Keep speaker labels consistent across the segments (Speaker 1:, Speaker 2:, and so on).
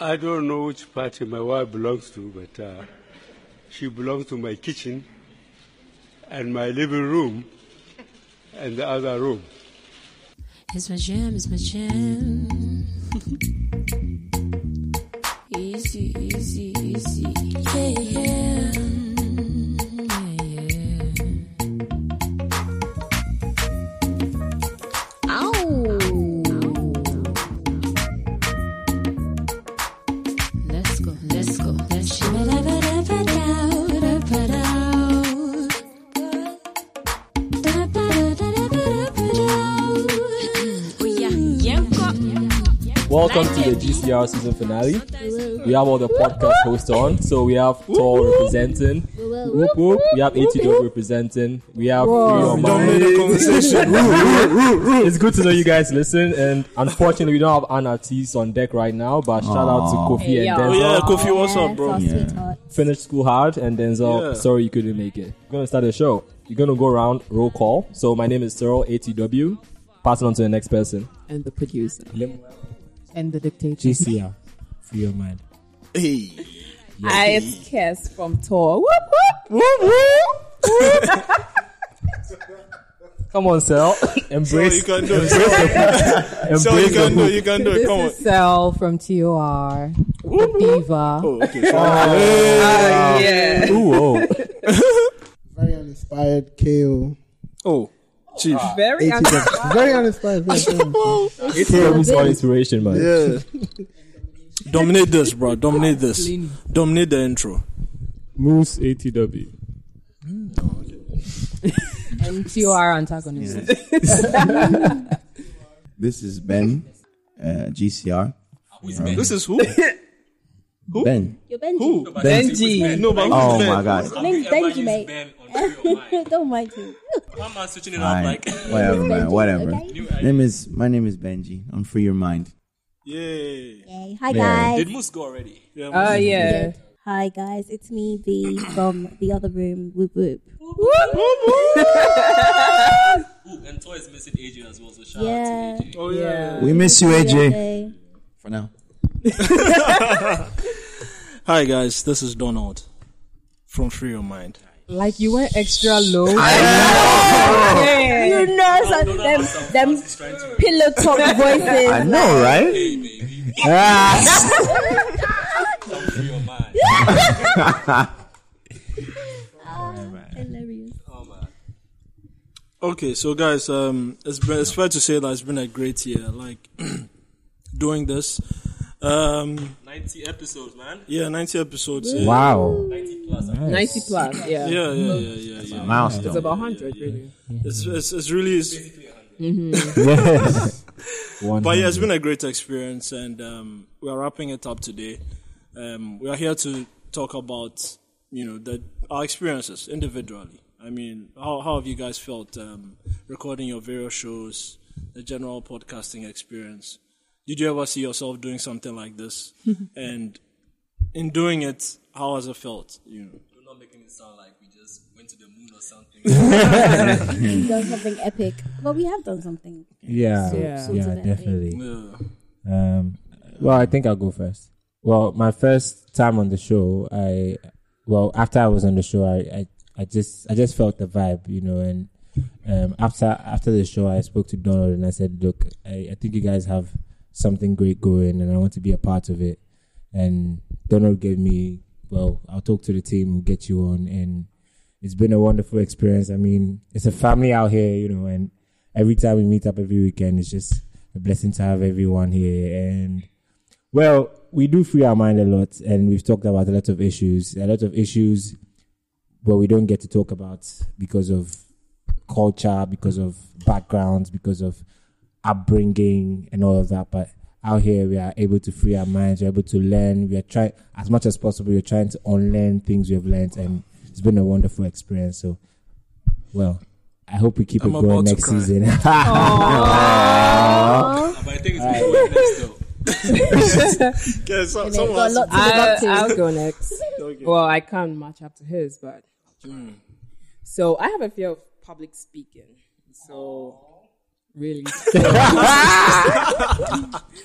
Speaker 1: I don't know which party my wife belongs to, but uh, she belongs to my kitchen and my living room and the other room.
Speaker 2: It's my jam, it's my jam. easy, easy, easy. Yeah, yeah. Yeah, yeah. Ow. Let's go, let's go, let's go. Oh,
Speaker 3: Welcome to the GCR season finale. We have all the podcast hosts on. So we have Tall representing, whoop whoop. We have Atido representing. We have three on
Speaker 4: Dominate the conversation.
Speaker 3: It's good to know you guys listen. And unfortunately, we don't have Anna Tees on deck right now. But shout out to Kofi and
Speaker 4: oh
Speaker 3: Denzel.
Speaker 4: yeah, Kofi, what's up, bro?
Speaker 5: That's our
Speaker 6: Yeah.
Speaker 5: sweetheart.
Speaker 3: Finished school hard, and Denzel,
Speaker 1: Yeah.
Speaker 3: sorry you couldn't make it. We're gonna start the show. You're gonna go around roll call. So my name is Cyril ATW. Pass it on to the next person.
Speaker 7: and the producer and the dictator.
Speaker 6: GCR, free your mind.
Speaker 4: Hey,
Speaker 7: I it's Kes from Tor. Whoop whoop.
Speaker 3: Come on, Cell. Embrace.
Speaker 4: you can do it. So, so you
Speaker 3: embrace the
Speaker 4: can do
Speaker 3: hoop.
Speaker 4: it. You can do it.
Speaker 7: This
Speaker 4: Come on.
Speaker 7: is Sel from TOR. The diva.
Speaker 4: Oh, okay. Hey.
Speaker 7: yeah.
Speaker 3: Ooh,
Speaker 8: oh.
Speaker 3: whoa.
Speaker 8: Very uninspired KO.
Speaker 4: Oh, chief.
Speaker 7: Ah. Very
Speaker 8: Eighty
Speaker 7: un-
Speaker 8: dollars. very uninspired. Very uninspired.
Speaker 3: It's always all inspiration, man.
Speaker 4: Yeah. Dominate this, bro. Dominate this. Dominate the intro.
Speaker 6: Moose ATW.
Speaker 7: and TOR antagonist.
Speaker 9: This is Ben, uh, GCR.
Speaker 4: This is who?
Speaker 9: Ben.
Speaker 5: You're Benji.
Speaker 4: Who?
Speaker 7: Benji.
Speaker 4: No, but who's
Speaker 9: Oh
Speaker 4: Ben?
Speaker 9: my God.
Speaker 5: My name's Benji, mate. Don't mind him.
Speaker 9: Fine. Whatever, man. Whatever. Name is my name is Benji. I'm free your mind.
Speaker 4: Yay.
Speaker 5: Yay. Hi,
Speaker 9: Yeah.
Speaker 5: guys.
Speaker 4: Yeah,
Speaker 7: Oh yeah.
Speaker 5: Hi, guys. It's me, B, from the other room. Whoop, whoop.
Speaker 10: And Toy is missing AJ as well, so shout
Speaker 5: Yeah.
Speaker 10: out to AJ.
Speaker 4: Oh yeah.
Speaker 9: We miss you, AJ.
Speaker 5: Okay.
Speaker 9: For now.
Speaker 4: Hi guys, this is Donald from Free Your Mind.
Speaker 7: Like you went extra low.
Speaker 5: You know, so them, them pillow talk
Speaker 9: I
Speaker 5: voices.
Speaker 9: know, right? Ah,
Speaker 10: Free your mind.
Speaker 5: Hilarious.
Speaker 10: Oh,
Speaker 4: Okay, so guys, um, it's been, it's fair to say that it's been a great year. Like doing this, um,
Speaker 10: 90 episodes, man.
Speaker 4: yeah, ninety episodes. Yeah.
Speaker 9: wow.
Speaker 10: 90 plus.
Speaker 7: Ninety plus. Yeah.
Speaker 4: Yeah, yeah, yeah, yeah, yeah.
Speaker 7: It's
Speaker 9: Milestone.
Speaker 7: about hundred really. Mm-hmm.
Speaker 4: It's, it's, it's really, it's,
Speaker 9: Yes.
Speaker 4: but yeah, it's been a great experience, and um, we are wrapping it up today. Um, we are here to talk about you know the, our experiences individually. I mean, how how have you guys felt um, recording your various shows, the general podcasting experience? Did you ever see yourself doing something like this? and in doing it, how has it felt? You know.
Speaker 10: Do not making it sound like we just went to the moon or something. It's
Speaker 5: We've done something epic. But we have done something.
Speaker 6: Yeah.
Speaker 7: Yeah.
Speaker 6: Yeah,
Speaker 5: Sort of that
Speaker 6: definitely.
Speaker 4: Yeah.
Speaker 6: Um, well, I think I'll go first. Well, my first time on the show, I well after I was on the show, I I, I just I just felt the vibe, you know, and um, after after the show, I spoke to Donald and I said, look, I, I think you guys have something great going, and I want to be a part of it. And Donald gave me, well, I'll talk to the team, we'll get you on, and it's been a wonderful experience. I mean, it's a family out here, you know, and every time we meet up every weekend, it's just a blessing to have everyone here. And well, we do free our mind a lot, and we've talked about a lot of issues, a lot of issues, but we don't get to talk about because of culture, because of backgrounds, because of upbringing and all of that. But out here, we are able to free our minds. We're able to learn. We are trying as much as possible. We're trying to unlearn things we have learned, and it's been a wonderful experience. So, well, I hope we keep
Speaker 4: I'm
Speaker 6: it
Speaker 4: about
Speaker 6: going
Speaker 4: to
Speaker 6: next
Speaker 4: cry.
Speaker 6: season.
Speaker 10: but I think it's before the next though.
Speaker 4: Yeah, so-
Speaker 5: And they've
Speaker 4: someone
Speaker 5: got a
Speaker 4: has-
Speaker 5: lot to
Speaker 7: I,
Speaker 5: live up
Speaker 7: I'll
Speaker 5: to.
Speaker 7: go next. Well, I can't match up to his, but
Speaker 4: Mm.
Speaker 7: so I have a fear of public speaking. So really.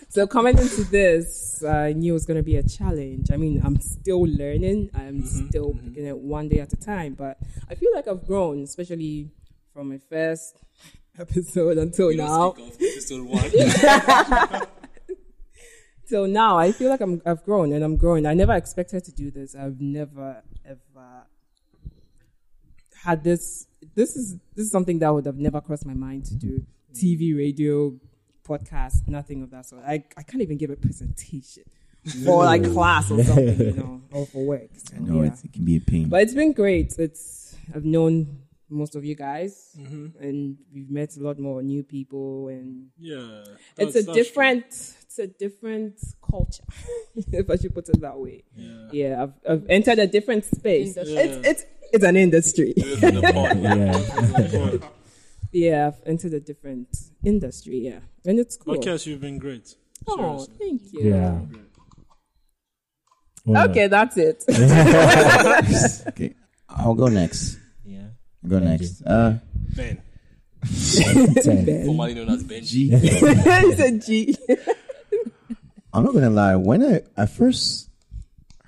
Speaker 7: so coming into this, I knew it was going to be a challenge. I mean, I'm still learning. I'm
Speaker 3: Mm-hmm.
Speaker 7: still picking it one day at a time. But I feel like I've grown, especially from my first episode until
Speaker 3: We
Speaker 7: now.
Speaker 3: don't speak of episode one.
Speaker 7: So now I feel like I'm, I've grown and I'm growing. I never expected to do this. I've never ever had this. This is this is something that would have never crossed my mind to do. TV, radio, podcast, nothing of that sort. I, I can't even give a presentation for like class or something, you know, or for work. So,
Speaker 9: I know
Speaker 7: yeah.
Speaker 9: it's, it can be a pain.
Speaker 7: But it's been great. It's I've known most of you guys,
Speaker 11: Mm-hmm.
Speaker 7: Mm-hmm. and we've met a lot more new people and
Speaker 4: Yeah.
Speaker 7: it's
Speaker 4: that's-
Speaker 7: a
Speaker 4: that's
Speaker 7: different it's a different culture if i should put it that way yeah, I've, I've entered a different space
Speaker 12: Industry.
Speaker 7: it's it's it's an industry
Speaker 10: yeah.
Speaker 7: yeah i've entered a different industry yeah and it's
Speaker 4: true.
Speaker 7: cool
Speaker 4: Podcast, you've been great.
Speaker 7: oh thank you
Speaker 10: yeah.
Speaker 7: okay that's it
Speaker 9: okay, I'll go next.
Speaker 10: Yeah.
Speaker 9: I'll go next. Uh,
Speaker 4: Ben.
Speaker 10: Ten.
Speaker 3: Formerly known as Benji.
Speaker 9: G.
Speaker 7: it's a g
Speaker 9: I'm not gonna lie. When I, I first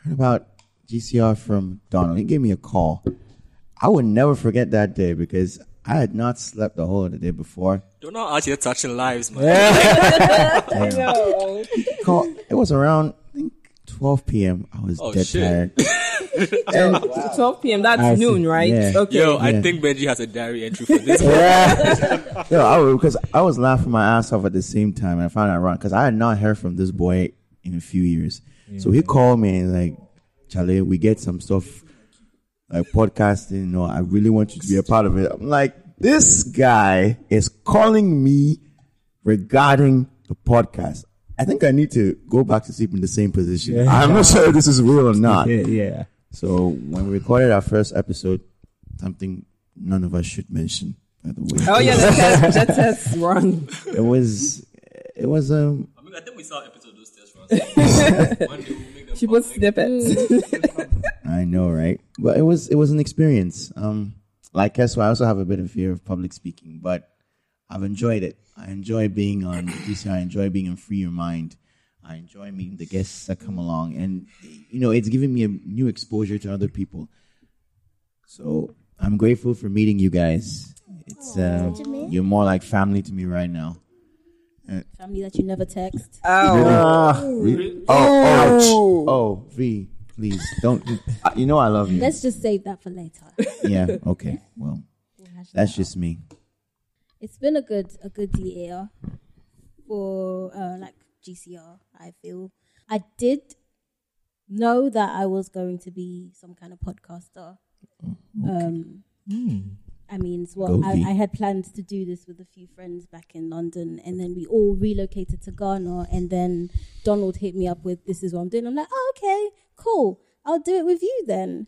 Speaker 9: heard about GCR from Donald, he gave me a call. I will never forget that day because I had not slept the whole of the day before.
Speaker 3: Don't know out here touching lives, man.
Speaker 7: no
Speaker 9: Call. It was around I think 12 p.m. I was
Speaker 3: Oh,
Speaker 9: dead
Speaker 3: shit.
Speaker 9: tired.
Speaker 7: 12 p.m that's
Speaker 10: I see.
Speaker 7: noon right
Speaker 9: Yeah.
Speaker 7: okay
Speaker 3: Yo, I
Speaker 9: Yeah.
Speaker 3: think Benji has a diary entry for this. one.
Speaker 9: Yo, I was, because I was laughing my ass off at the same time, and I found out wrong because I had not heard from this boy in a few years. So he called me and like, Charlie, we get some stuff like podcasting. You know, I really want you to be a part of it. I'm like, this guy is calling me regarding the podcast. I think I need to go back to sleep in the same position. I'm not sure if this is real or not.
Speaker 10: Yeah. Yeah.
Speaker 9: So when we recorded our first episode, something none of us should mention, by the way.
Speaker 7: oh yeah the test the test run
Speaker 9: It was, it was um.
Speaker 3: I, mean, I think we saw episode of those tests for us. One day we'll make them
Speaker 7: people
Speaker 3: public.
Speaker 7: snippets
Speaker 9: I know, right? But it was, it was an experience. Um, like Keswa, I also have a bit of fear of public speaking, but I've enjoyed it. I enjoy being on DC. I enjoy being on Free Your Mind. I enjoy meeting the guests that come along, and you know, it's given me a new exposure to other people. So I'm grateful for meeting you guys. It's uh, you're more like family to me right now.
Speaker 5: Family that you never text. Oh.
Speaker 9: Ah, Oh, ouch. Oh, V, please don't. uh, You know I love you.
Speaker 5: Let's just save that for later.
Speaker 9: yeah. Okay. Well, that's just me.
Speaker 5: it's been a good a good year for uh, like GCR. I feel I did know that I was going to be some kind of podcaster. Um, I mean, it's what
Speaker 9: Go
Speaker 5: I,
Speaker 9: V.
Speaker 5: I had planned to do this with a few friends back in London, and then we all relocated to Ghana. And then Donald hit me up with, "This is what I'm doing." I'm like, oh, "Okay, cool. I'll do it with you then."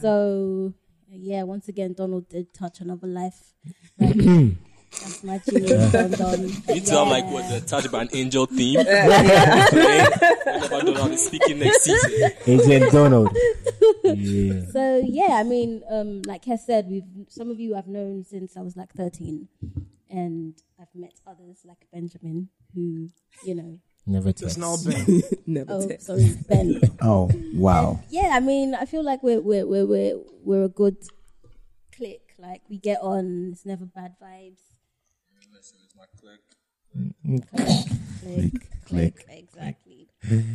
Speaker 5: So yeah, once again, Donald did touch another life. That's my genius, Don Don.
Speaker 3: You two have like what the touch by an angel theme. Whenever Donald is speaking next season.
Speaker 10: Agent Donald. Yeah.
Speaker 5: So yeah, I mean, um, like Kes said, we've some of you I've known since I was like thirteen, and I've met others like Benjamin, who you know.
Speaker 10: Never text.
Speaker 4: Now Ben.
Speaker 7: never
Speaker 5: Oh,
Speaker 7: text
Speaker 5: sorry, Ben.
Speaker 9: Oh, wow.
Speaker 5: yeah, I mean, I feel like we're we're we're we're, we're a good clique. Like we get on. It's never bad vibes. Click, click, exactly.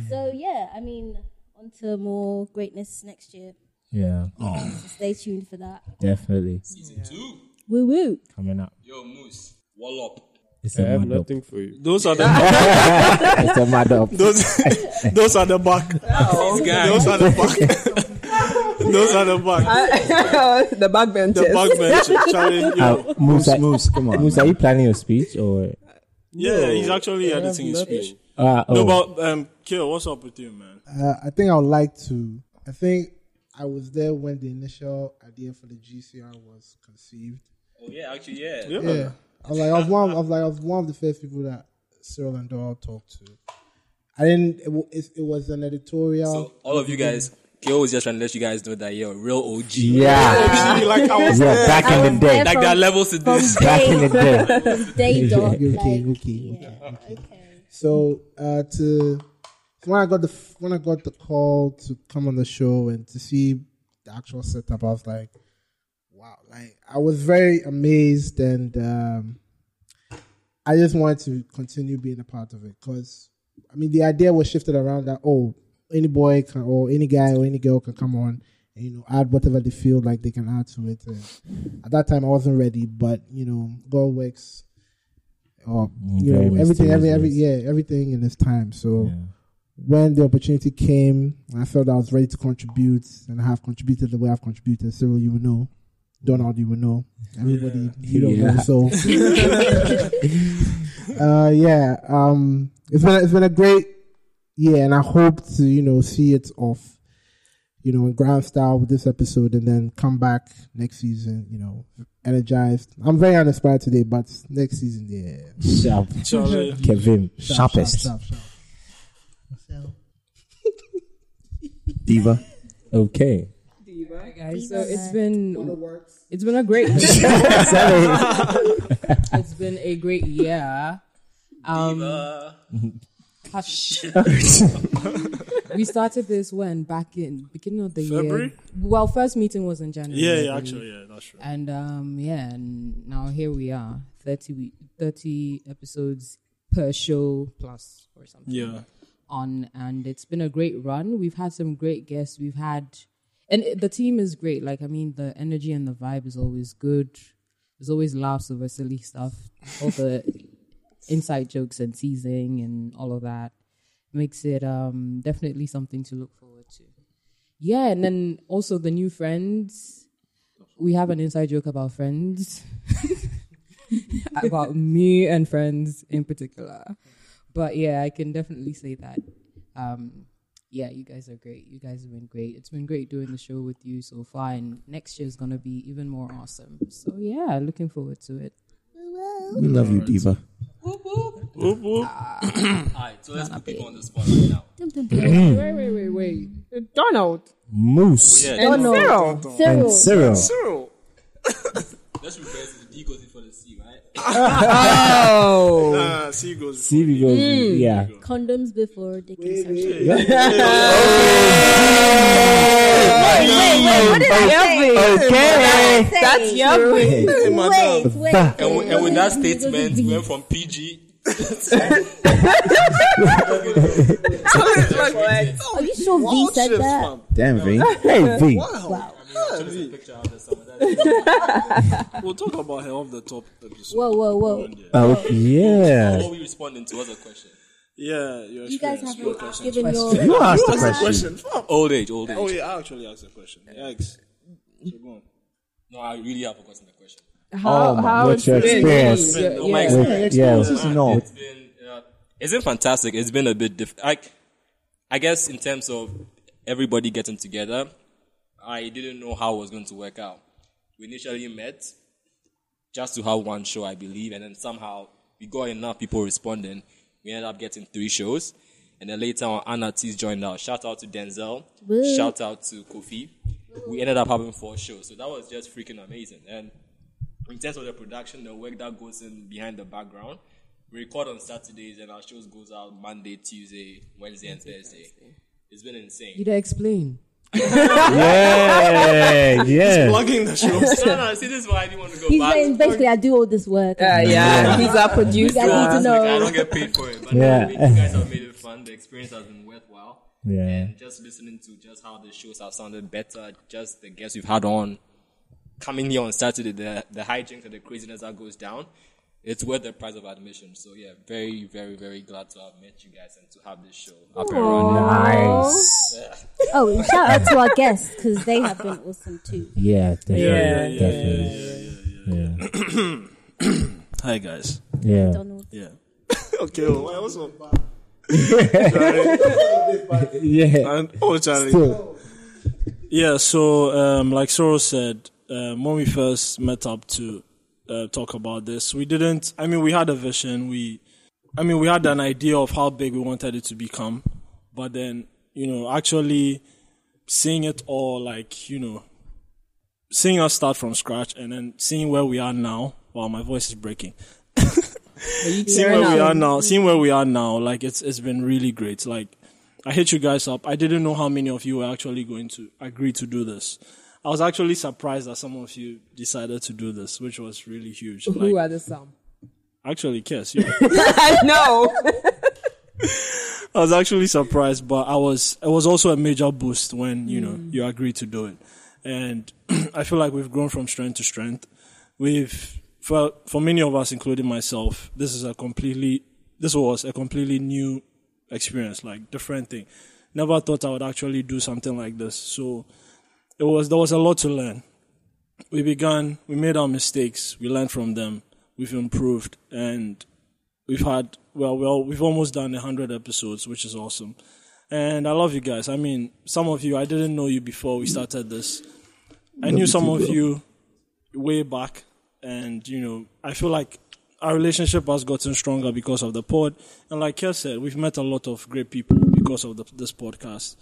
Speaker 5: So yeah, I mean, on to more greatness next year.
Speaker 10: Yeah.
Speaker 5: So stay tuned for that.
Speaker 10: Definitely
Speaker 3: Two.
Speaker 5: Woo woo.
Speaker 10: coming up.
Speaker 3: Yo, Moose. Wall up.
Speaker 10: It's
Speaker 6: I
Speaker 10: a
Speaker 6: have
Speaker 10: mad up.
Speaker 6: nothing for you.
Speaker 4: Those are the
Speaker 10: It's a mad up.
Speaker 4: those those are the back.
Speaker 3: These
Speaker 4: Those
Speaker 3: guys.
Speaker 4: are the back. those are the back.
Speaker 7: the
Speaker 4: The
Speaker 7: backbenchers
Speaker 4: back bench. Charlie, yo.
Speaker 10: Uh, Moose, are-
Speaker 9: Moose, come on.
Speaker 10: Moose, are you planning your speech or?
Speaker 4: Yeah, he's actually
Speaker 6: I have
Speaker 4: editing his
Speaker 6: nothing.
Speaker 4: speech.
Speaker 10: Uh, oh.
Speaker 4: No, but um, Kill, what's up with you, man?
Speaker 8: Uh, I think I would like to. I think I was there when the initial idea for the GCR was conceived.
Speaker 3: Oh yeah, actually yeah.
Speaker 8: Yeah, I was like, I was one. I was like, I was one of the first people that Cyril and Doyle talked to. I didn't. It, wa- it, it was an editorial.
Speaker 3: So all of you guys, Kyo was just trying to let you guys know that you're a real OG.
Speaker 6: Yeah.
Speaker 4: like I was
Speaker 6: Yeah, back in the day.
Speaker 3: Like there are levels to
Speaker 10: From
Speaker 3: this.
Speaker 6: Back
Speaker 10: day-
Speaker 6: in the day.
Speaker 10: from day dot.
Speaker 8: Okay, okay,
Speaker 10: like,
Speaker 8: okay,
Speaker 10: yeah, okay.
Speaker 8: So uh, to when I got the when I got the call to come on the show and to see the actual setup, I was like, wow! Like I was very amazed, and um, I just wanted to continue being a part of it because I mean the idea was shifted around that oh any boy can, or any guy or any girl can come on. And, you know, add whatever they feel like they can add to it. And at that time, I wasn't ready, but you know, God works. Or you
Speaker 6: very
Speaker 8: know, everything, every, every,
Speaker 6: mysterious.
Speaker 8: yeah, everything in its time. So when the opportunity came, I felt I was ready to contribute, and I have contributed the way I've contributed. Cyril, you will know. Donald, you will know. Everybody, you don't
Speaker 6: Yeah.
Speaker 8: know. So, uh, yeah, um, it's been it's been a great year, and I hope to you know see it off, you know, in grand style with this episode, and then come back next season, you know, energized. I'm very uninspired today, but next season, yeah,
Speaker 6: Sharp.
Speaker 4: Charlie.
Speaker 6: Kevin.
Speaker 8: Sharp, sharp,
Speaker 6: Sharpest.
Speaker 8: sharp, sharp.
Speaker 9: Diva.
Speaker 6: Okay.
Speaker 11: Alright, guys. So it's been it's been a great it's been a great year. Um, hush. we started this when back in beginning of the
Speaker 4: February?
Speaker 11: year. Well, first meeting was in January.
Speaker 4: Yeah,
Speaker 11: I
Speaker 4: yeah,
Speaker 11: believe.
Speaker 4: actually, yeah, that's true.
Speaker 11: And um, yeah, and now here we are, thirty we- thirty episodes per show plus or something
Speaker 4: Yeah.
Speaker 11: on and it's been a great run we've had some great guests we've had and it- the team is great like i mean the energy and the vibe is always good there's always laughs over silly stuff all the inside jokes and teasing and all of that makes it um definitely something to look forward to yeah and then also the new friends we have an inside joke about friends about me and friends in particular but yeah, I can definitely say that. Um, yeah, you guys are great. You guys have been great. It's been great doing the show with you so far, and next year is gonna be even more awesome. So yeah, looking forward to it.
Speaker 9: We love you, Diva.
Speaker 3: Alright, so let's put people on the spot right now.
Speaker 11: Wait, wait, wait, wait.
Speaker 5: Donald
Speaker 6: Moose.
Speaker 3: Yeah,
Speaker 11: Oh no,
Speaker 6: And
Speaker 10: Cyril,
Speaker 6: Cyril.
Speaker 5: Cyril.
Speaker 3: let's reverse it. The D goes in for the C, right?
Speaker 5: Oh.
Speaker 4: Nah, see, goes.
Speaker 6: TV goes.
Speaker 3: Hmm.
Speaker 6: Mm. Yeah.
Speaker 10: condoms before they consumption.
Speaker 5: What did I say?
Speaker 6: Okay.
Speaker 5: That's your
Speaker 6: Hey.
Speaker 10: Wait, wait.
Speaker 3: And, with- and with that
Speaker 10: wait.
Speaker 3: statement, we went from PG.
Speaker 10: Are you sure V said that?
Speaker 9: Damn, V.
Speaker 6: Hey, V.
Speaker 3: Picture out of someone that-
Speaker 4: We'll talk about her off the top episode.
Speaker 10: Whoa, whoa, whoa.
Speaker 6: Oh, yeah.
Speaker 3: What we responding to was a question.
Speaker 4: yeah, your
Speaker 10: You guys
Speaker 4: experience. your
Speaker 10: haven't
Speaker 4: question.
Speaker 10: given your.
Speaker 9: You asked the
Speaker 4: Ask a
Speaker 9: question.
Speaker 4: question. Fuck.
Speaker 3: Old age, old age.
Speaker 4: Oh yeah, I actually asked a question. Yikes. So go on.
Speaker 3: No, I really have forgotten the question.
Speaker 6: Oh, my- what's your experience?
Speaker 11: Yeah,
Speaker 3: Oh my
Speaker 11: yeah.
Speaker 3: God.
Speaker 6: Yeah.
Speaker 9: No.
Speaker 3: It's been, uh, it's been fantastic. It's been a bit different. I, I guess in terms of everybody getting together, I didn't know how it was going to work out. We initially met just to have one show, I believe, and then somehow we got enough people responding. We ended up getting three shows, and then later on, Anna T's joined us. Shout out to Denzel.
Speaker 10: Woo.
Speaker 3: Shout out to Kofi. We ended up having four shows, so that was just freaking amazing. And in terms of the production, the work that goes in behind the background, we record on Saturdays and our shows goes out Monday, Tuesday, Wednesday, and Thursday. It's been
Speaker 11: You
Speaker 3: insane.
Speaker 11: don't explain.
Speaker 6: Yeah. Yeah.
Speaker 4: Plugging the show.
Speaker 3: no, no, see, this is why I didn't want to go
Speaker 10: He's
Speaker 3: back.
Speaker 10: saying basically, I do all this work.
Speaker 5: Uh, yeah, he's our
Speaker 10: You guys
Speaker 5: producer.
Speaker 10: need to
Speaker 3: I
Speaker 10: know.
Speaker 3: don't get paid for it, but
Speaker 6: Yeah.
Speaker 3: yeah. you guys have made it fun. The experience has been worthwhile.
Speaker 6: Yeah.
Speaker 3: And just listening to just how the shows have sounded better, just the guests we've had on, coming here on Saturday, the, the hijinks and the craziness that goes down, it's worth the price of admission. So, yeah, very, very, very glad to have met you guys and to have this show up and running.
Speaker 6: Nice.
Speaker 10: Oh, and shout out to our guests because they have been awesome too.
Speaker 6: Yeah. Definitely.
Speaker 5: Yeah, yeah,
Speaker 6: definitely. Yeah.
Speaker 4: Hi guys.
Speaker 6: Yeah.
Speaker 10: Donald.
Speaker 4: Yeah. okay. Well, why- what's up?
Speaker 6: Yeah.
Speaker 4: And, oh, Charlie. Yeah. So, um, like Soro said, um, when we first met up to uh, talk about this, we didn't. I mean, we had a vision. We, I mean, we had an idea of how big we wanted it to become, but then you know, actually seeing it all like you know, seeing us start from scratch and then seeing where we are now. Wow, my voice is breaking. seeing where we are now, seeing where we are now, like it's it's been really great. Like I hit you guys up. I didn't know how many of you were actually going to agree to do this. I was actually surprised that some of you decided to do this, which was really huge.
Speaker 13: Who
Speaker 4: Like,
Speaker 13: are the some?
Speaker 4: actually, yes, you.
Speaker 7: I know.
Speaker 4: I was actually surprised, but I was it was also a major boost when you know you agreed to do it, and I feel like we've grown from strength to strength. We've for for many of us, including myself, this is a completely this was a completely new experience, like different thing. Never thought I would actually do something like this. So it was there was a lot to learn. We began, we made our mistakes, we learned from them, we've improved, and we've had well well we've almost done 100 episodes which is awesome and i love you guys i mean some of you i didn't know you before we started this i knew some of you way back and you know i feel like our relationship has gotten stronger because of the pod and like Kes said we've met a lot of great people because of the, this podcast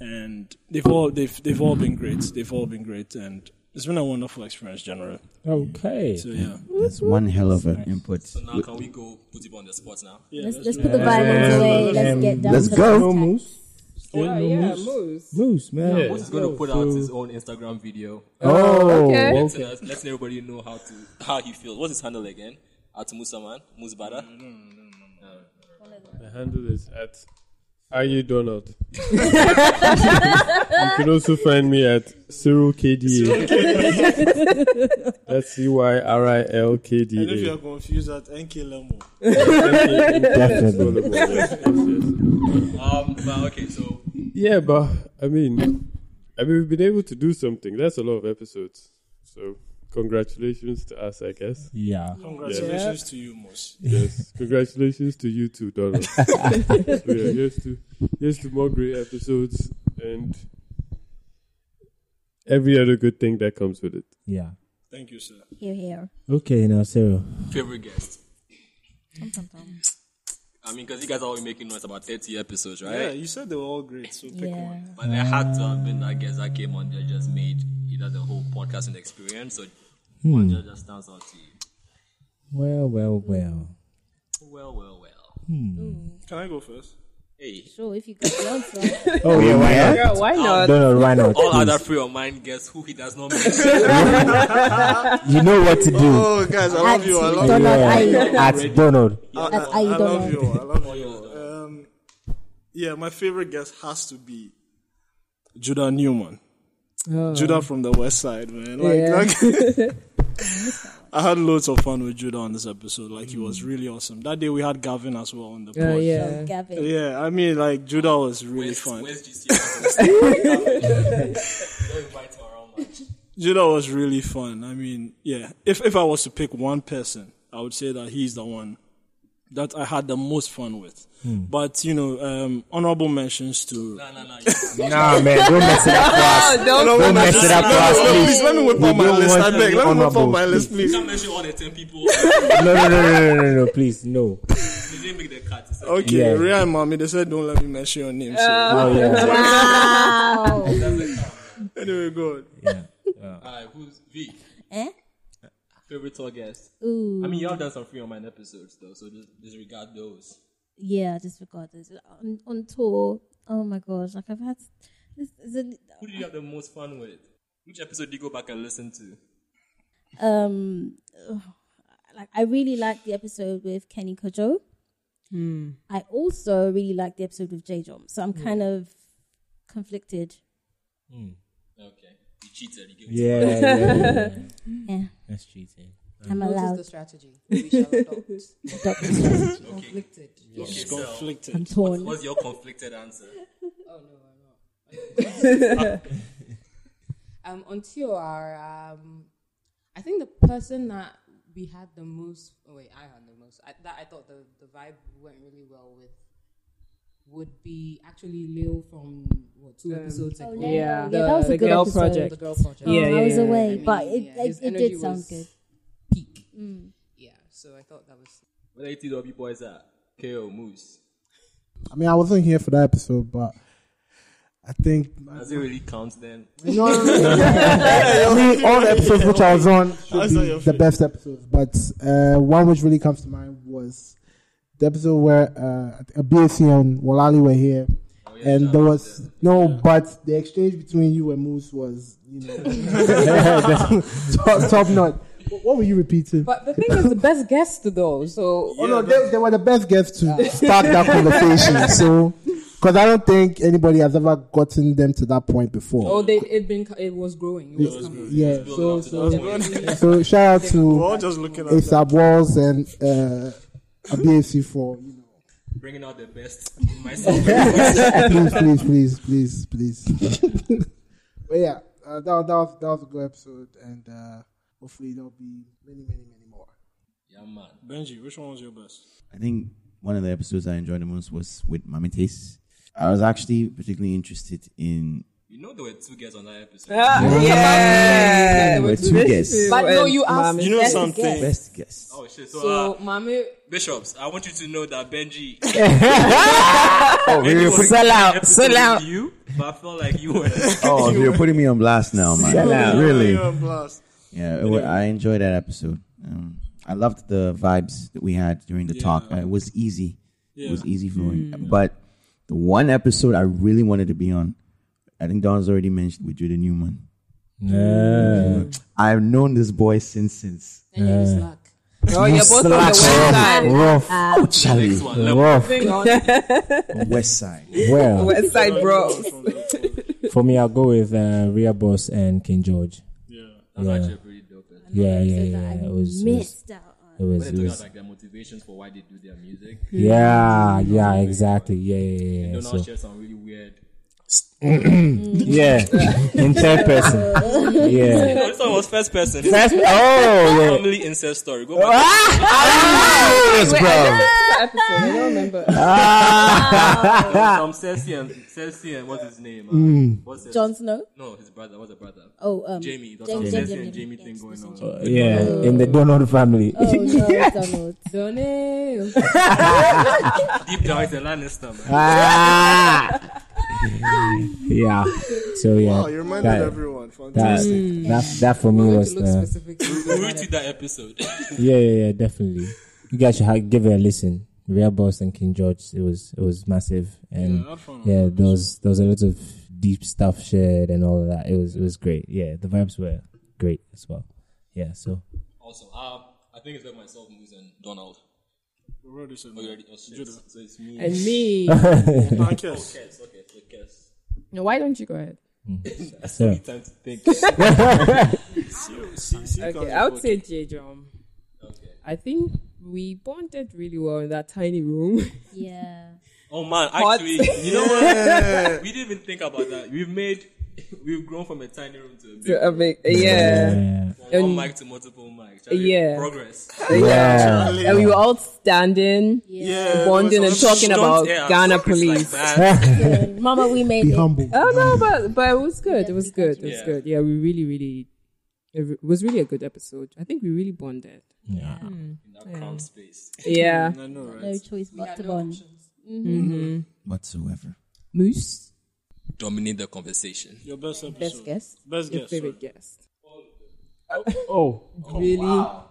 Speaker 4: and they've all they've they've all been great they've all been great and it's been a wonderful experience generally
Speaker 6: Okay.
Speaker 4: so yeah
Speaker 9: That's one hell of an input.
Speaker 3: So now can we go put it on the spot now?
Speaker 5: Let's, let's put the Bibles away. Let's get down
Speaker 9: Let's go.
Speaker 5: to the contact.
Speaker 6: Moose.
Speaker 13: Yeah, yeah, Moose.
Speaker 6: Moose, man.
Speaker 3: What's going to put out his own Instagram video?
Speaker 6: Oh,
Speaker 7: Okay.
Speaker 3: Let's, uh, letting everybody know how to how he feels. What's his handle again? At Musaman, Musbada.
Speaker 4: Mm,
Speaker 3: Uh,
Speaker 1: The handle is at Are You Donald. you can also find me at Cyril KDA. That's C Y R I L K D
Speaker 4: and if
Speaker 1: A.
Speaker 4: you're confused at nk lemo
Speaker 6: definitely.
Speaker 1: Yes, yes, yes.
Speaker 3: Um, but okay, so
Speaker 1: Yeah, but I mean, I mean, we've been able to do something. That's a lot of episodes. So congratulations to us, I guess.
Speaker 6: Yeah.
Speaker 4: congratulations to you Moose.
Speaker 1: Yes, congratulations to you too, Donald. so yeah, here's to here's to more great episodes and every other good thing that comes with it.
Speaker 6: Yeah.
Speaker 4: thank you sir
Speaker 5: Here, here.
Speaker 6: Okay, now, Cyril.
Speaker 3: favorite guest. I mean, because you guys are always making noise about 30 episodes, right?
Speaker 4: Yeah, you said they were all great, so pick
Speaker 5: Yeah.
Speaker 4: one.
Speaker 3: But there had to have been, I guess, that came on that just made either the whole podcasting experience or one that just stands out to you.
Speaker 6: Well, well, well.
Speaker 3: Well, well, well.
Speaker 4: Can I go first?
Speaker 3: Hey,
Speaker 5: Sure, if you got the answer.
Speaker 6: Oh, yeah, why not?
Speaker 7: Girl, why not?
Speaker 6: Donald, why not?
Speaker 3: all
Speaker 6: Please.
Speaker 3: other free of mind guests who he does not mention.
Speaker 6: You know what to do.
Speaker 4: Oh, guys, I
Speaker 5: At
Speaker 4: love you. I love
Speaker 5: Donald Ayo.
Speaker 6: yeah. At Donald.
Speaker 5: At
Speaker 4: I
Speaker 5: Ayo
Speaker 4: love
Speaker 5: Donald.
Speaker 4: you. I
Speaker 3: Oh,
Speaker 4: love you. Um, yeah, my favorite guest has to be Judah Newman.
Speaker 13: Oh.
Speaker 4: Judah from the West Side, man. Like, like- I had loads of fun with Judah on this episode. Like, he was really awesome. That day we had Gavin as well on the pod.
Speaker 13: Mm. Oh, yeah.
Speaker 5: Gavin.
Speaker 4: Yeah, I mean, like Judah was really fun.
Speaker 3: Where's GCR? Don't invite her oh around much.
Speaker 4: Judah was really fun. I mean, yeah. If if I was to pick one person, I would say that he's the one that I had the most fun with.
Speaker 6: Hmm.
Speaker 4: But you know, um, honorable mentions to.
Speaker 3: No, no, no.
Speaker 6: Nah, man, don't mess it up.
Speaker 7: Oh, don't.
Speaker 6: Don't mess it up for us, please.
Speaker 4: let me whip
Speaker 6: We
Speaker 4: out my
Speaker 6: don't
Speaker 4: list.
Speaker 6: want
Speaker 4: I beg.
Speaker 6: any
Speaker 4: Let me whip out
Speaker 6: honorables,
Speaker 4: my list, please.
Speaker 3: Don't mention all the 10 people.
Speaker 6: No, no, no, no, no, no, no, please, no.
Speaker 3: They didn't make the cut. It's like,
Speaker 4: Okay,
Speaker 6: Yeah.
Speaker 4: Ria and Mommy, they said don't let me mention your name. So
Speaker 6: Oh, yeah.
Speaker 4: anyway, good.
Speaker 6: Uh,
Speaker 3: Alright, who's V?
Speaker 5: Eh?
Speaker 3: Favorite tall guest?
Speaker 5: Ooh.
Speaker 3: I mean, y'all done some free on mine episodes though, so just disregard those.
Speaker 5: Yeah, disregard this. On, on tour, oh my gosh, like I've had. This is a,
Speaker 3: Who did you have the most fun with? Which episode did you go back and listen to?
Speaker 5: um, ugh, like I really liked the episode with Kenny Kojo. I also really liked the episode with J Jom, so I'm kind of conflicted.
Speaker 3: Okay. You cheated. You gave
Speaker 6: Hmm. Yeah, yeah, yeah, yeah.
Speaker 5: Yeah,
Speaker 6: That's cheating.
Speaker 5: I'm allowed.
Speaker 7: strategy. We shall adopt. Conflicted.
Speaker 3: Okay, so
Speaker 5: I'm
Speaker 4: Conflicted.
Speaker 5: torn.
Speaker 3: what's your conflicted answer?
Speaker 11: Oh, um, on TOR, um, I think the person that we had the most, oh wait, I had the most, I, that I thought the, the vibe went really well with would be actually Leo from, what, two episodes ago?
Speaker 5: Leo.
Speaker 13: Yeah.
Speaker 5: Oh, Yeah, that was
Speaker 13: The
Speaker 5: a good
Speaker 13: Girl
Speaker 5: episode.
Speaker 13: Project.
Speaker 11: The girl project.
Speaker 5: Oh,
Speaker 13: Yeah, yeah,
Speaker 5: I was
Speaker 13: yeah.
Speaker 5: away,
Speaker 11: I mean,
Speaker 5: but it,
Speaker 11: yeah,
Speaker 5: it,
Speaker 11: his
Speaker 5: it
Speaker 11: energy
Speaker 5: did sound
Speaker 11: was
Speaker 5: good. Mm.
Speaker 11: Peak. Yeah, so I thought that was
Speaker 3: Where the ATW boys at? KO Moose.
Speaker 8: I mean, I wasn't here for that episode, but I think
Speaker 3: Does it really count then?
Speaker 8: No, no, no, no. I mean, all the episodes which I was on should
Speaker 3: That's not
Speaker 8: be
Speaker 3: your
Speaker 8: the best episodes, but uh, one which really comes to mind was the episode where uh, BSC and Walali were here,
Speaker 7: Oh,
Speaker 8: and there was no, but the exchange between you and Moose was, you know, top, top notch. What what were you repeating?
Speaker 7: But the thing is, the best guest though. So
Speaker 8: Oh no, they, they were the best guests to start that conversation. So, because I don't think anybody has ever gotten them to that point before.
Speaker 7: Oh, they it been it was growing. Oh, It was coming.
Speaker 8: Yeah, so so,
Speaker 7: growing.
Speaker 8: so shout out
Speaker 7: We're all
Speaker 8: to
Speaker 7: just looking at
Speaker 8: ASAP Walls and uh, BFC for you know.
Speaker 3: Bringing out the best in myself.
Speaker 8: please, please, please, please, please. but yeah, uh, that, was- that was that was a good episode, and uh, hopefully there'll be many, many, many more.
Speaker 3: Yeah, man.
Speaker 4: Benji, which one was your best?
Speaker 9: I think one of the episodes I enjoyed the most was with Mami Taste. I was actually particularly interested in.
Speaker 3: You know there were two guests on that episode.
Speaker 7: Ah, Yeah. yeah.
Speaker 9: There were two guests.
Speaker 7: But no, you asked.
Speaker 3: You know
Speaker 7: best
Speaker 3: something?
Speaker 7: guest.
Speaker 9: Best guest.
Speaker 3: Oh shit! So,
Speaker 7: So,
Speaker 3: uh,
Speaker 7: mommy.
Speaker 3: bishops, I want you to know that Benji.
Speaker 9: Oh, we were
Speaker 3: Benji
Speaker 9: putting-
Speaker 3: was in the
Speaker 9: Sell out,
Speaker 3: episode
Speaker 9: sell out.
Speaker 3: with You, but I felt like you were.
Speaker 9: Oh, you're putting me on blast now, man.
Speaker 3: Sell out.
Speaker 9: Really?
Speaker 3: You're on blast.
Speaker 9: Yeah, it wa- I enjoyed that episode. Um, I loved the vibes that we had during the talk. Uh, it was easy. It was easy flowing.
Speaker 7: Mm.
Speaker 9: But the one episode I really wanted to be on, I think Don's already mentioned with Judah Newman.
Speaker 6: Yeah.
Speaker 9: I've known this boy since since.
Speaker 7: Oh, you're both on the west side.
Speaker 5: Ah.
Speaker 9: Oh, Charlie.
Speaker 7: Next one, Rough. Moving on.
Speaker 9: West side.
Speaker 6: Well.
Speaker 7: West Side Bros.
Speaker 6: For me, I'll go with uh, Rhea Boss and King George. Yeah,
Speaker 3: That's
Speaker 6: yeah.
Speaker 3: actually a pretty dope episode.
Speaker 6: Yeah, yeah,
Speaker 3: episode
Speaker 6: yeah.
Speaker 3: that I
Speaker 6: It was
Speaker 3: missed
Speaker 6: it
Speaker 3: out
Speaker 6: was, It was,
Speaker 3: When
Speaker 6: it
Speaker 3: they talk
Speaker 6: was
Speaker 3: about like their motivations for why they do their music.
Speaker 6: yeah, yeah, exactly, yeah, yeah,
Speaker 3: They
Speaker 6: yeah.
Speaker 3: don't
Speaker 6: So,
Speaker 3: all share some really weird.
Speaker 6: yeah, in third person, yeah.
Speaker 3: This one was first person.
Speaker 6: First- oh, yeah. Ah!
Speaker 3: Family incest story. Go back.
Speaker 6: Yes, bro.
Speaker 7: I don't remember.
Speaker 3: There was some Cersei and Cersei and what's his name? Uh,
Speaker 6: Ah. Mm.
Speaker 3: What's his,
Speaker 5: Jon Snow?
Speaker 3: No, his brother. What's the brother?
Speaker 5: Oh, um,
Speaker 3: Jamie. There's
Speaker 5: Jamie,
Speaker 3: some
Speaker 5: Jamie,
Speaker 3: Cersei and
Speaker 5: Jamie,
Speaker 3: Jamie thing going on.
Speaker 6: uh, Yeah,
Speaker 3: Oh.
Speaker 6: in the Donald family.
Speaker 5: Oh no, Donald.
Speaker 7: Donald.
Speaker 3: Deep down, it's a Lannister. Man.
Speaker 6: Ah. yeah. So yeah.
Speaker 3: Wow, you reminded everyone. Fantastic.
Speaker 6: That, that, that for
Speaker 3: Mm.
Speaker 6: me was uh, the,
Speaker 3: we retweet that episode.
Speaker 6: yeah, yeah, yeah, definitely. You guys should ha- give it a listen. Real Boss and King George. It was it was massive, and
Speaker 3: Yeah, I found
Speaker 6: yeah, there was there was a lot of deep stuff shared and all of that. It was it was great. Yeah, the vibes were great as well. Yeah. So
Speaker 3: awesome. Um, I think it's by myself, Moose, and Donald.
Speaker 4: We already said
Speaker 3: Oh, you already, oh, shit. So it's me.
Speaker 7: And me.
Speaker 3: oh,
Speaker 7: And
Speaker 3: Kes. Okay, so Kes.
Speaker 7: No, why don't you go ahead?
Speaker 3: That's the
Speaker 6: Yeah.
Speaker 3: only time to think.
Speaker 7: okay, I would say J Drum. I think we bonded really well in that tiny room.
Speaker 5: Yeah.
Speaker 3: Oh man,
Speaker 7: Hot.
Speaker 3: actually, you know what?
Speaker 7: Yeah.
Speaker 3: we didn't even think about that. We've made, we've grown from a tiny room to a big,
Speaker 7: To a
Speaker 3: room.
Speaker 7: big- yeah. Yeah.
Speaker 3: From
Speaker 7: And-
Speaker 3: one mic to multiple mics. Charlie,
Speaker 7: yeah.
Speaker 3: progress.
Speaker 7: Yeah. And we were all standing,
Speaker 3: Yeah.
Speaker 7: bonding, and talking about
Speaker 3: Yeah,
Speaker 7: Ghana
Speaker 3: progress
Speaker 7: police.
Speaker 3: like that.
Speaker 5: Mama, we made it.
Speaker 7: Oh no, but but it was good. It was good. It was good. Yeah, we really, really, it re- was really a good episode. I think we really bonded.
Speaker 6: Yeah.
Speaker 7: Mm.
Speaker 3: That cramped space.
Speaker 7: Yeah.
Speaker 3: I know, right?
Speaker 5: Hmm. No choice but to bond.
Speaker 11: Mm-hmm.
Speaker 7: Mhm.
Speaker 9: Whatsoever.
Speaker 7: Moose.
Speaker 3: Dominate the conversation.
Speaker 4: Your best episode.
Speaker 7: Best guest.
Speaker 4: Best
Speaker 7: Your
Speaker 4: guest,
Speaker 7: favorite guest.
Speaker 1: Oh.
Speaker 7: Really?
Speaker 1: Oh,